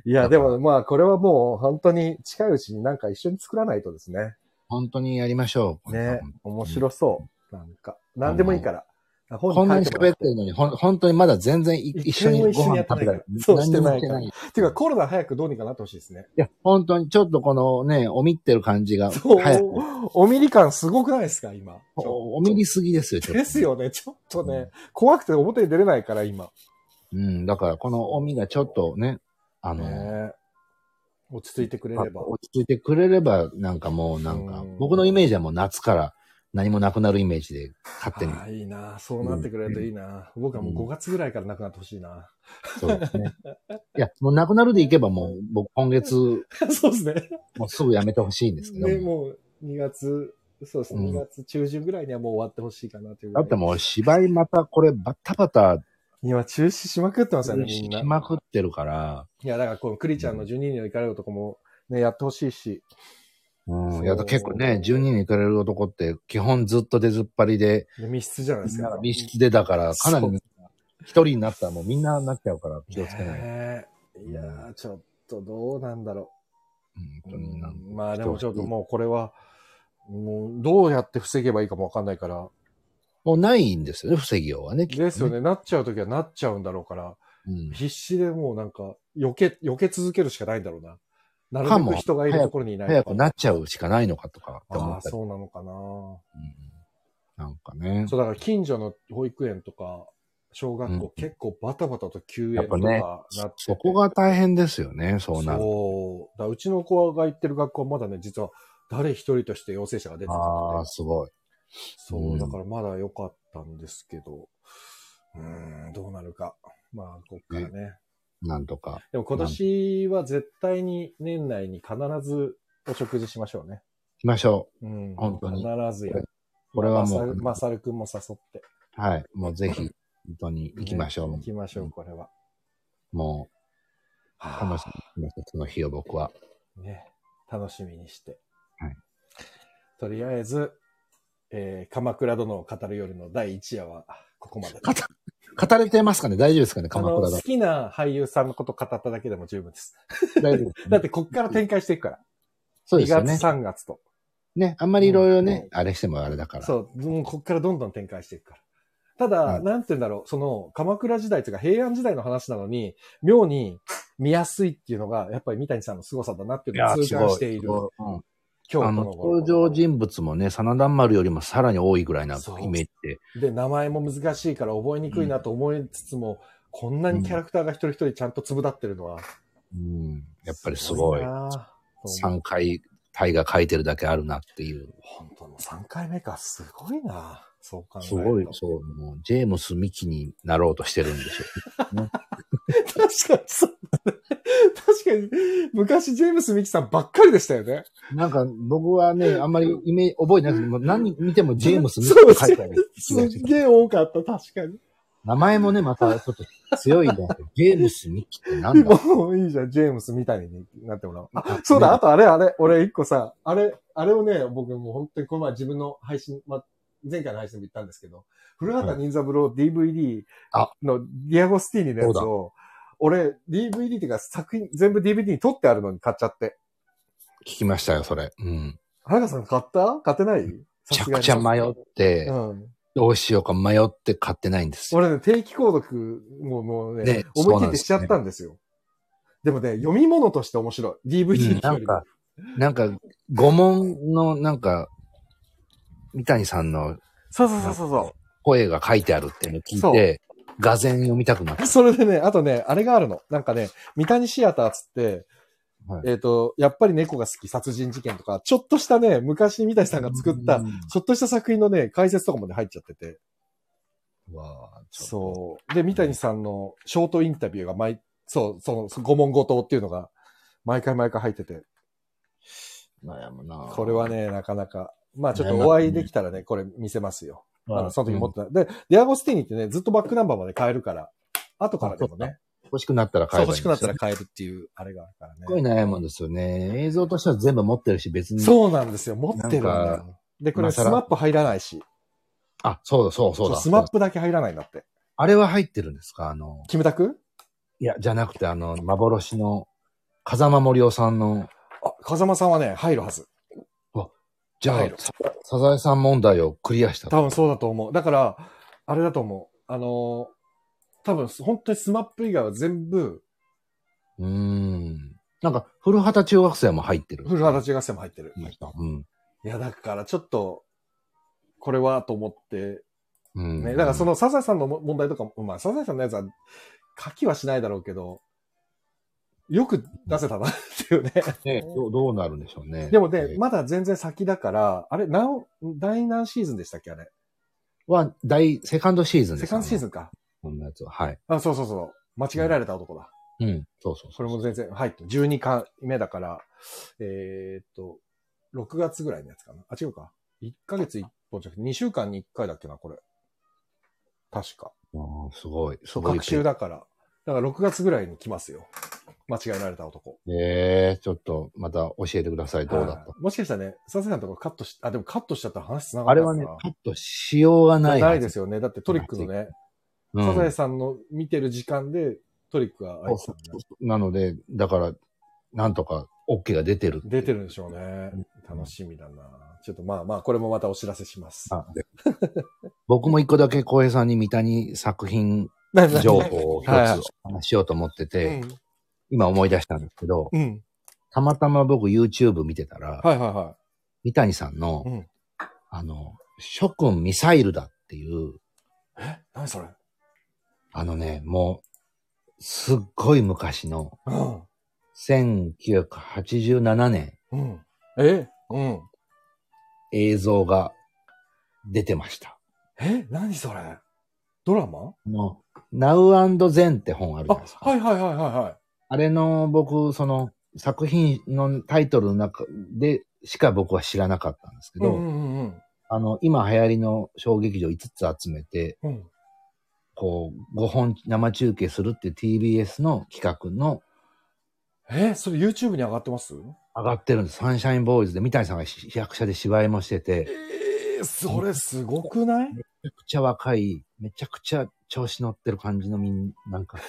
Speaker 1: いや、でもまあ、これはもう本当に近いうちになんか一緒に作らないとですね。
Speaker 2: 本当にやりましょう。
Speaker 1: ね、面白そう。なんか、なんでもいいから。本
Speaker 2: こんなに
Speaker 1: 書いもら
Speaker 2: 喋ってるのに、ほん本当にまだ全然い一緒にご飯食べ
Speaker 1: 一緒に一緒に
Speaker 2: たり
Speaker 1: やってないからそうしてない
Speaker 2: 何にもい。
Speaker 1: っていうか、コロナ早くどうにかなってほしいですね。
Speaker 2: いや、本当にちょっとこのね、おみってる感じが、
Speaker 1: そう
Speaker 2: 早く。
Speaker 1: おみり感すごくないですか、今。
Speaker 2: おおみりすぎですよ、ちょっと
Speaker 1: です。よね。ちょっとね、
Speaker 2: うん
Speaker 1: 怖くて表に出れないから、今。
Speaker 2: うん、だからこのおみがちょっとね、あの、
Speaker 1: ね落ち着いてくれ
Speaker 2: まあ
Speaker 1: れば。
Speaker 2: 落ち着いてくれれば、なんかもうなんか
Speaker 1: うん、
Speaker 2: 僕のイメージはもう夏から何もなくなるイメージで、勝手に。
Speaker 1: ああ、いいな。そうなってくれるといいな。僕はもう5月ぐらいからなくなってほしいな。
Speaker 2: そうで すね。いや、もうなくなるでいけばもう、僕今月、
Speaker 1: そうですね。
Speaker 2: もうすぐやめてほしいんですけど
Speaker 1: ね、。もう2月、そうですね、
Speaker 2: うん
Speaker 1: 2月中旬ぐらいにはもう終わってほしいかなというぐ
Speaker 2: だ
Speaker 1: らい。
Speaker 2: ってもう芝居またこれバタバタ
Speaker 1: 今中止しまくってますよね、みんな。
Speaker 2: しまくってるから、
Speaker 1: いや、だからこのクリちゃんの12人の行かれるとこもね、やってほしいし。
Speaker 2: う
Speaker 1: そ
Speaker 2: ん。
Speaker 1: う
Speaker 2: いや、結構ね、12人行かれる男って基本ずっと出ずっぱりで、
Speaker 1: で密室じゃないですか。
Speaker 2: 密室でだから、かなりみんな一人になったらもうみんななっちゃうから気をつけない。
Speaker 1: ねえいやー、ちょっとどうなんだろ
Speaker 2: うん
Speaker 1: う。
Speaker 2: 本当になんか
Speaker 1: うんまあでもちょっともうこれは、もうどうやって防げばいいかもわかんないから。
Speaker 2: もうないんですよね、防ぎようはね。きっと
Speaker 1: ですよ。ね、なっちゃうときはなっちゃうんだろうから、
Speaker 2: うん。
Speaker 1: 必死でもうなんか、避け、避け続けるしかないんだろうな。なる
Speaker 2: か
Speaker 1: べ
Speaker 2: も
Speaker 1: く人がいるところにいないとか
Speaker 2: 早くなっちゃうしかないのかとかって思
Speaker 1: あ
Speaker 2: っ
Speaker 1: あ、
Speaker 2: たり。
Speaker 1: そうなのかな。
Speaker 2: うんなんかね。
Speaker 1: そう、だから近所の保育園とか、小学校、
Speaker 2: うん
Speaker 1: 結構バタバタと休
Speaker 2: やっ
Speaker 1: 園と
Speaker 2: ぱ
Speaker 1: か
Speaker 2: ね
Speaker 1: なってて、
Speaker 2: そこが大変ですよね、そうなると。
Speaker 1: そう。だからうちの子が行ってる学校はまだね、実は誰一人として陽性者が出てな
Speaker 2: ああ、
Speaker 1: くて、
Speaker 2: すごい。
Speaker 1: そうう、
Speaker 2: ん
Speaker 1: だからまだ良かったんですけど、うーん、どうなるか。まあ、こっからね。
Speaker 2: なんとか。
Speaker 1: でも今年は絶対に年内に必ずお食事しましょうね。
Speaker 2: 行きましょう。
Speaker 1: うん。
Speaker 2: 本当に
Speaker 1: 必ずや。
Speaker 2: これはもう
Speaker 1: まあまさるくんも誘って。
Speaker 2: はい。もうぜひ、本当に行きましょう。
Speaker 1: ね行きましょう、これは。
Speaker 2: もう、
Speaker 1: はあ
Speaker 2: 楽しみです。その日を僕は。
Speaker 1: ね、楽しみにして。
Speaker 2: はい
Speaker 1: とりあえず、えー鎌倉殿を語る夜の第1夜は、ここまで。
Speaker 2: 語語れてますかね大丈夫ですかね
Speaker 1: あ
Speaker 2: 鎌
Speaker 1: の、
Speaker 2: 倉だ
Speaker 1: 好。きな俳優さんのこと語っただけでも十分です。
Speaker 2: 大丈夫ですね
Speaker 1: だって、こっから展開していくから。
Speaker 2: そうで
Speaker 1: 2
Speaker 2: すよ
Speaker 1: 月、
Speaker 2: ね。
Speaker 1: 3月と。
Speaker 2: ね。あんまりいろいろね、あれしてもあれだから。
Speaker 1: そう、もうこっからどんどん展開していくから。ただ、
Speaker 2: うん
Speaker 1: なんて言うんだろう、その、鎌倉時代というか平安時代の話なのに、妙に見やすいっていうのが、やっぱり三谷さんの凄さだなっていうのを痛感している
Speaker 2: す。ごうん
Speaker 1: 今
Speaker 2: あ
Speaker 1: 日
Speaker 2: の、
Speaker 1: この頃
Speaker 2: 登場人物もね、真田丸よりもさらに多いぐらいな
Speaker 1: そう
Speaker 2: イメージで。
Speaker 1: で、名前も難しいから覚えにくいなと思いつつも、こんなにキャラクターが一人一人ちゃんと粒立ってるのは、
Speaker 2: うん。やっぱりすごい。
Speaker 1: なぁ
Speaker 2: 3回、大河書いてるだけあるなっていう。
Speaker 1: 本当の3回目か、すごいなぁそう考えると。
Speaker 2: すごい、そう。もう、ジェームス・ミキになろうとしてるんでしょ。
Speaker 1: 確かにそう、確かに、昔、ジェームス・ミキさんばっかりでしたよね。
Speaker 2: なんか、僕はね、あんまりイメージ覚えないけど、もう何見てもジェームス・ミキ
Speaker 1: そう
Speaker 2: 書いてある。
Speaker 1: すっげえ多かった、確かに。
Speaker 2: 名前もね、またちょっと強いね。ジェームス・ミキってなんだ
Speaker 1: もういいじゃん、ジェームスみたいになってもらおう。あ、そうだ、あとあれあれ、俺一個さ、あれ、あれをね、僕もう本当にこの前自分の配信、ま、前回の配信でも言ったんですけど、古畑任三郎 DVD
Speaker 2: あ
Speaker 1: のディアゴスティーニのやつを、俺 DVD っていうか作品、全部 DVD に撮ってあるのに買っちゃって。
Speaker 2: 聞きましたよ、それ。うん。
Speaker 1: 原川さん買った買ってない
Speaker 2: めちゃくちゃ迷っ
Speaker 1: う。
Speaker 2: て
Speaker 1: う、ん。
Speaker 2: どうしようか迷って買ってないんですよ。
Speaker 1: 俺ね、定期購読ももうね、
Speaker 2: ね
Speaker 1: 思
Speaker 2: そう
Speaker 1: い切っ
Speaker 2: なん
Speaker 1: てし
Speaker 2: です
Speaker 1: ちゃ
Speaker 2: よ
Speaker 1: っ
Speaker 2: ね
Speaker 1: たんですよ。でもね、読み物として面白い。DVD
Speaker 2: うん
Speaker 1: っていう
Speaker 2: な
Speaker 1: よ
Speaker 2: ん
Speaker 1: りも
Speaker 2: か、なんか、五問の、なんか、三谷さんの
Speaker 1: そうそうそうそうそ
Speaker 2: 声が書いてあるっていうのを聞いて、画前読みたくなった
Speaker 1: う。。 それでね、あとね、あれがあるの。なんかね、三谷シアターつって、
Speaker 2: はい
Speaker 1: えっ、と、やっぱり猫が好き殺人事件とか、ちょっとしたね、昔三谷さんが作った、
Speaker 2: うん
Speaker 1: ちょっとした作品のね、解説とかもね、入っちゃってて。
Speaker 2: わあちょっ
Speaker 1: そう。で、三谷さんのショートインタビューが毎、そう、その、五問五答っていうのが、毎回毎回入ってて、
Speaker 2: と悩むな
Speaker 1: これは、ね、なかなか、まあちょっと
Speaker 2: ねまあ
Speaker 1: お会いできたらね、これ見せますよ。あの、その時持っててた。で、ディアゴスティーニってね、ずっとバックナンバーまで買えるから、後からでもね、
Speaker 2: 欲しくなったら
Speaker 1: そう
Speaker 2: 買えば
Speaker 1: 欲
Speaker 2: いい
Speaker 1: し
Speaker 2: ん
Speaker 1: く
Speaker 2: で
Speaker 1: なっ
Speaker 2: す
Speaker 1: た
Speaker 2: よ
Speaker 1: ら買えるっていうあれがあるからね。
Speaker 2: すごい悩むんですよね。映像としては全部持ってるし、別に。う。
Speaker 1: そうなんですよ。持ってるんだ
Speaker 2: なん
Speaker 1: よ。で、これ
Speaker 2: 今
Speaker 1: ス
Speaker 2: 更
Speaker 1: マップ入らないし、
Speaker 2: あ、そうだ、そうだそうだ。
Speaker 1: スマップだけ入らないんだって。
Speaker 2: あれは入ってるんですかあの、
Speaker 1: キムタク
Speaker 2: いや、じゃなくて、あの、幻の、風間森夫さんの、
Speaker 1: あ、風間さんはね、入るはず。
Speaker 2: じゃあ
Speaker 1: 入る、
Speaker 2: ササザエさん問題をクリアした。
Speaker 1: 多分そうだと思う。だから、あれだと思う。あのー多分本当にスマップ以外は全部、
Speaker 2: うーん。なんか、古畑中学生も入ってる。
Speaker 1: 古畑中学生も入ってる。
Speaker 2: うん。
Speaker 1: いや、だからちょっと、これはと思って、
Speaker 2: うん。
Speaker 1: ね、だからそ、のサザエさんのも問題とかも、まあサザエさんのやつは書きはしないだろうけど、よく出せたなっていうね。
Speaker 2: ね、どうどうなるんでしょうね。
Speaker 1: でもね、
Speaker 2: えー
Speaker 1: まだ全然先だから、あれ、何、第何シーズンでしたっけあれ。
Speaker 2: は、第、セカンドシーズンで
Speaker 1: セ
Speaker 2: す
Speaker 1: カンドシーズ
Speaker 2: ン。
Speaker 1: ンか。
Speaker 2: こんなやつは。はい。
Speaker 1: あ、そうそうそう。間違えられた男だ。
Speaker 2: うん。そうそう
Speaker 1: そ
Speaker 2: そ
Speaker 1: れ
Speaker 2: う。
Speaker 1: も全然入って、12回目だから、えーっと、6月ぐらいのやつかな。あ、違うか。1ヶ月1本じゃなくて、2週間に1回だっけな、これ。確か。
Speaker 2: あーすごい。すごい。
Speaker 1: 学習だから。だから6月ぐらいに来ますよ。間違えられた男。
Speaker 2: ええちょっと、また教えてください。どうだった
Speaker 1: はいもしかしたらね、サセさんのところカットし、あ、でもカットしちゃったら話つなが
Speaker 2: あれ
Speaker 1: ら
Speaker 2: は
Speaker 1: ない
Speaker 2: ね
Speaker 1: か、
Speaker 2: カットしようが
Speaker 1: な
Speaker 2: ない。。
Speaker 1: ないですすよね。だってトリックのね、
Speaker 2: う
Speaker 1: サザエ
Speaker 2: ん。
Speaker 1: さんの見てる時間でトリックがあいつ
Speaker 2: そ
Speaker 1: に
Speaker 2: うなので、だから、なんとか、OK が出てる。
Speaker 1: 出てるんでしょうね。楽しみだな。ちょっとまあまあ、これもまたお知らせします。
Speaker 2: あで 僕も一個だけ浩平さんに三谷作品
Speaker 1: な
Speaker 2: 情報を一
Speaker 1: はいはい
Speaker 2: つお話ししようと思ってて、
Speaker 1: うん
Speaker 2: 今思い出したんですけど、
Speaker 1: うん。
Speaker 2: たまたま僕 YouTube 見てたら、
Speaker 1: はいはいは
Speaker 2: 三谷さんの、
Speaker 1: うん
Speaker 2: あの、諸君ミサイルだってい
Speaker 1: い。
Speaker 2: う、
Speaker 1: え何それ
Speaker 2: あのね、もう、すっごい昔の、
Speaker 1: うん。
Speaker 2: 1987年
Speaker 1: うん。えうん。
Speaker 2: 映像が出てました。
Speaker 1: え何それドラマ
Speaker 2: あの、Now and Then って本あるじ
Speaker 1: あ、
Speaker 2: ゃないですか。
Speaker 1: はいはいはいはいは
Speaker 2: あれの僕、その作品のタイトルの中でしか僕は知らなかったんですけ
Speaker 1: い。う
Speaker 2: ど、
Speaker 1: んうんうん
Speaker 2: あの、今流行りの小劇場5つ集めて、
Speaker 1: うん。うん。
Speaker 2: こう、5本生中継するっていう TBS の企画の
Speaker 1: えそれ YouTube に上がってます
Speaker 2: 上がってるんです。サンシャインボーイズで三谷さんが役者で芝居もしてて、め
Speaker 1: えー、それすごくない
Speaker 2: ちゃくちゃ若い、めちゃくちゃ調子乗ってる感じのみんなんか、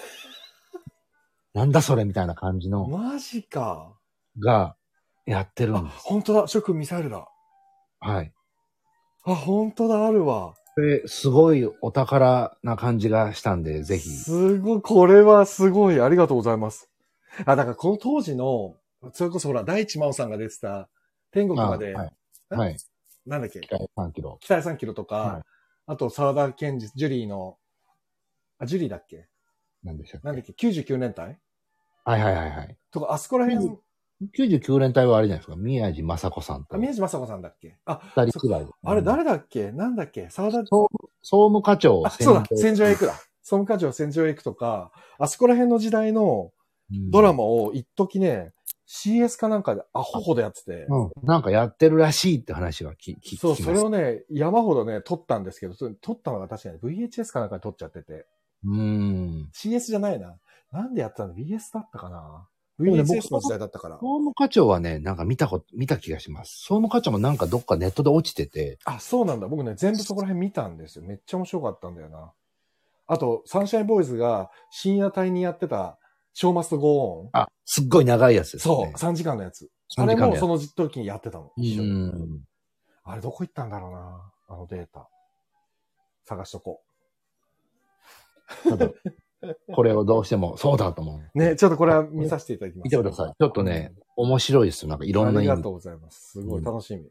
Speaker 2: なんだそれみたいな感じの
Speaker 1: マジか。
Speaker 2: がやってるんです。
Speaker 1: 本当だ、諸君ミサイルだ。
Speaker 2: はい。
Speaker 1: あ、本当だ、あるわ。
Speaker 2: これ、すごいお宝な感じがしたんで、ぜひ。
Speaker 1: すごい、これはすごい。ありがとうございます。あ、だからこの当時の、それこそほら、大地真央さんが出てた、天国まで、
Speaker 2: あはい。はい。
Speaker 1: なんだっけ、
Speaker 2: 北へ3キロ。
Speaker 1: 北へ3キロとか、
Speaker 2: はい
Speaker 1: あと沢田健二、ジュリーの、あ、ジュリーだっけ
Speaker 2: なんでしたっけ
Speaker 1: なんだっけ ?99 年代
Speaker 2: はいはいはいはい。
Speaker 1: とか、あそこら辺、
Speaker 2: うん99連隊はあれじゃないですか。宮地雅子さんと
Speaker 1: あ宮地雅子さんだっけあ、
Speaker 2: 二人くらい。
Speaker 1: あれ誰だっけなんだっけ沢田、
Speaker 2: 総総務課長
Speaker 1: あ、そうだ、
Speaker 2: 選
Speaker 1: 戦場へ行くだ。総務課長戦場へ行くとか、あそこら辺の時代の、ドラ
Speaker 2: マ。
Speaker 1: マを一時ね、CS かなんかでアホほどやってて、
Speaker 2: うん。なんかやってるらしいって話は聞き、聞き
Speaker 1: そう、
Speaker 2: ました
Speaker 1: それをね、山ほどね、撮ったんですけど、それ撮ったのが確かに VHS かなんかで撮っちゃってて、
Speaker 2: うん。
Speaker 1: CS じゃないな。なんでやってたの ?BS だったかな
Speaker 2: もね
Speaker 1: ?VHS
Speaker 2: 僕
Speaker 1: の時代だったから
Speaker 2: 総。務課長はね、なんか見たこと、見た気がします。総務課長もなんかどっかネットで落ちてて、
Speaker 1: あ、そうなんだ。僕ね、全部そこら辺見たんですよ。めっちゃ面白かったんだよな。あと、サンシャインボーイズが深夜帯にやってた、ショーマストゴーン。
Speaker 2: あ、すっごい長いやつです
Speaker 1: そ
Speaker 2: ね
Speaker 1: う、。3時間のやつ。
Speaker 2: 3
Speaker 1: あれ
Speaker 2: 時間
Speaker 1: も
Speaker 2: で
Speaker 1: その時にやってたの。一緒
Speaker 2: う
Speaker 1: に。
Speaker 2: ん。
Speaker 1: あれどこ行ったんだろうな。あのデータ。探しとこ
Speaker 2: ちょっとこれをどうしても、そうだと思う。
Speaker 1: う。 ね、ちょっとこれは見させていただきます。
Speaker 2: 見てください。ちょっとね、面白いですよ。なんかいろんな
Speaker 1: あ
Speaker 2: 意
Speaker 1: りが
Speaker 2: 味
Speaker 1: と。うございます。すごい楽しみ。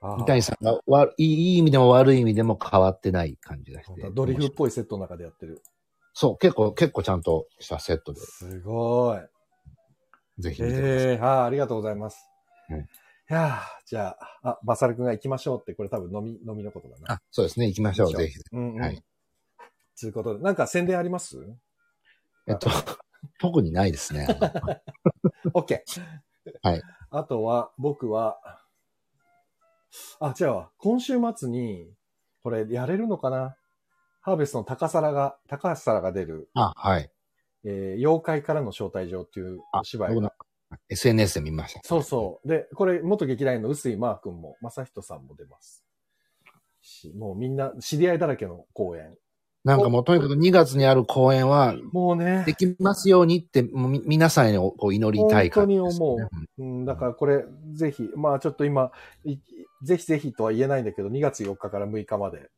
Speaker 1: ああ
Speaker 2: 三谷さんがわいいいい意味でも悪い意味でも変わってない感じがし
Speaker 1: 本
Speaker 2: て
Speaker 1: 当。ドリフっ
Speaker 2: い。
Speaker 1: ぽいセットの中でやってる。
Speaker 2: そう、結構、結構ちゃんとしたセットで、
Speaker 1: すごい。
Speaker 2: ぜひ見てください。
Speaker 1: ええああ、ありがとうございます。
Speaker 2: はい
Speaker 1: いやあじゃあ、あ、バサル君が行きましょうって、これ多分飲み、飲みのことだな。
Speaker 2: あ、そうですね。行きましょ
Speaker 1: 行
Speaker 2: う。
Speaker 1: きましょ
Speaker 2: ぜひ。
Speaker 1: うんうん。
Speaker 2: はい
Speaker 1: ということで、なんか宣伝あります
Speaker 2: えっと、 特にないですね。
Speaker 1: ?OK。
Speaker 2: はい。
Speaker 1: あとは、僕は、あ、違うわ。今週末に、これやれるのかなハーベストの高皿が、高橋皿が出る、
Speaker 2: あ、はい。
Speaker 1: えー妖怪からの招待状っていう
Speaker 2: あ、
Speaker 1: お芝居
Speaker 2: 僕
Speaker 1: が
Speaker 2: の SNS で見ました。
Speaker 1: そうそう。で、これ、元劇団員の臼井マー君も、正人さんも出ます。しもうみんな知り合いだらけの公演。
Speaker 2: なんかもうとにかく2月にある公演は、
Speaker 1: もうね
Speaker 2: で、きますようにって、もうみ皆さんにおこう祈りたいから、
Speaker 1: 本当に思うん、だからこれ、ぜひ、まあちょっと今、いぜひぜひとは言えないんだけど、2月4日から6日まで、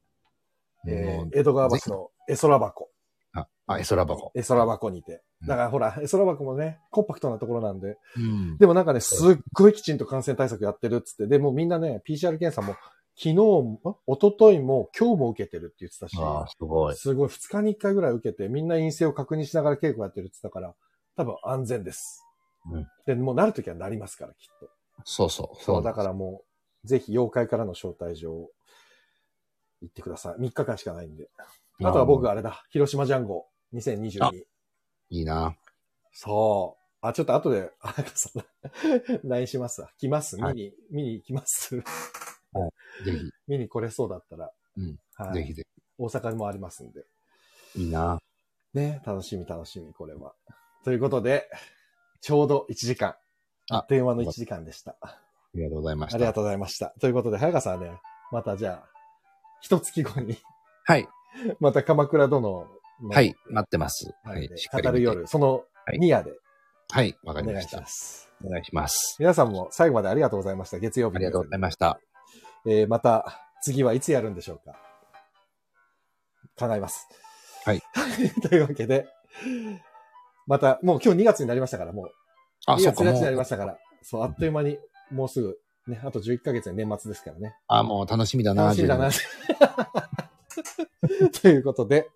Speaker 2: うん。
Speaker 1: え
Speaker 2: もう
Speaker 1: ー江戸川橋の絵空箱。
Speaker 2: あ、あ、絵空箱。
Speaker 1: 絵空箱にて。だからほら、絵空箱もね、コンパクトなところなんで、
Speaker 2: うん。
Speaker 1: でもなんかね、すっごいきちんと感染対策やってるっつって、で、もうみんなね、PCR 検査も昨日も、ん一昨日も今日も受けてるって言ってたし、
Speaker 2: ああ、すごい。
Speaker 1: すごい、2日に1回ぐらい受けて、みんな陰性を確認しながら稽古やってるって言ってたから、多分安全です。
Speaker 2: うん
Speaker 1: で、もうなるときはなりますから、きっと。
Speaker 2: そうそう。
Speaker 1: そう、
Speaker 2: な
Speaker 1: だ
Speaker 2: んで
Speaker 1: か
Speaker 2: す
Speaker 1: らもう、ぜひ妖怪からの招待状を行ってください。3日間しかないんで。あとは僕、あれだ、広島ジャンゴ2022
Speaker 2: あ。いいな。
Speaker 1: そう。あ、ちょっと後で、あなんかさ ん、LINE しますわ。来ます。見に、
Speaker 2: は
Speaker 1: 見に行きます。
Speaker 2: ぜひ、
Speaker 1: 見に来れそうだったら。
Speaker 2: うん
Speaker 1: はい。
Speaker 2: ぜひぜ
Speaker 1: 大阪もありますんで。
Speaker 2: ひ。いいな。
Speaker 1: ね、楽しみ楽しみ、これは。ということで、ちょうど1時間。あ
Speaker 2: あ
Speaker 1: っという間の1時間でした。あ
Speaker 2: ありがとうございました。
Speaker 1: りがとうございました。ということで、早川さんはね、またじゃあ、一月後に、
Speaker 2: はい。
Speaker 1: また鎌倉殿の、
Speaker 2: はい。待ってます。
Speaker 1: は
Speaker 2: はいい
Speaker 1: で。
Speaker 2: しっかり見て
Speaker 1: 語る。夜、その2夜で
Speaker 2: はい。わか
Speaker 1: お
Speaker 2: り
Speaker 1: 願
Speaker 2: ま
Speaker 1: い
Speaker 2: し
Speaker 1: したま。す。
Speaker 2: お願いします。
Speaker 1: 皆さんも最後までありがとうございました。月曜日
Speaker 2: ありがとうございました。
Speaker 1: えーまた次はいつやるんでしょうか考えます。
Speaker 2: はい。
Speaker 1: というわけで、また、もう今日2月になりましたから、もう。
Speaker 2: あ、
Speaker 1: 2
Speaker 2: そう
Speaker 1: 月
Speaker 2: か。
Speaker 1: 1日
Speaker 2: も
Speaker 1: になりま
Speaker 2: う
Speaker 1: したから。そう、あっという間に、もうすぐ、ね、あと11ヶ月で年末ですからね。
Speaker 2: あ、もう楽しみだな。
Speaker 1: 楽しみだな。 ということで、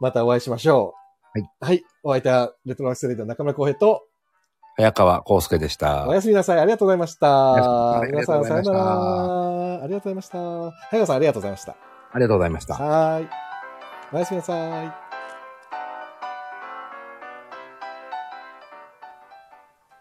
Speaker 1: またお会いしましょう。
Speaker 2: はい。
Speaker 1: はい。お相手は、レトロワークスレディオの中村浩平と、
Speaker 2: 早川康介でした
Speaker 1: お。やすみなさい。ありがとうございました。
Speaker 2: あり
Speaker 1: 皆
Speaker 2: が
Speaker 1: さ、
Speaker 2: とうんご
Speaker 1: さ
Speaker 2: ざい
Speaker 1: よ
Speaker 2: ました
Speaker 1: なら。ありがとうございました。早川さん、ありがとうございました。
Speaker 2: ありがとうございました。
Speaker 1: はーい。おやすみなさい。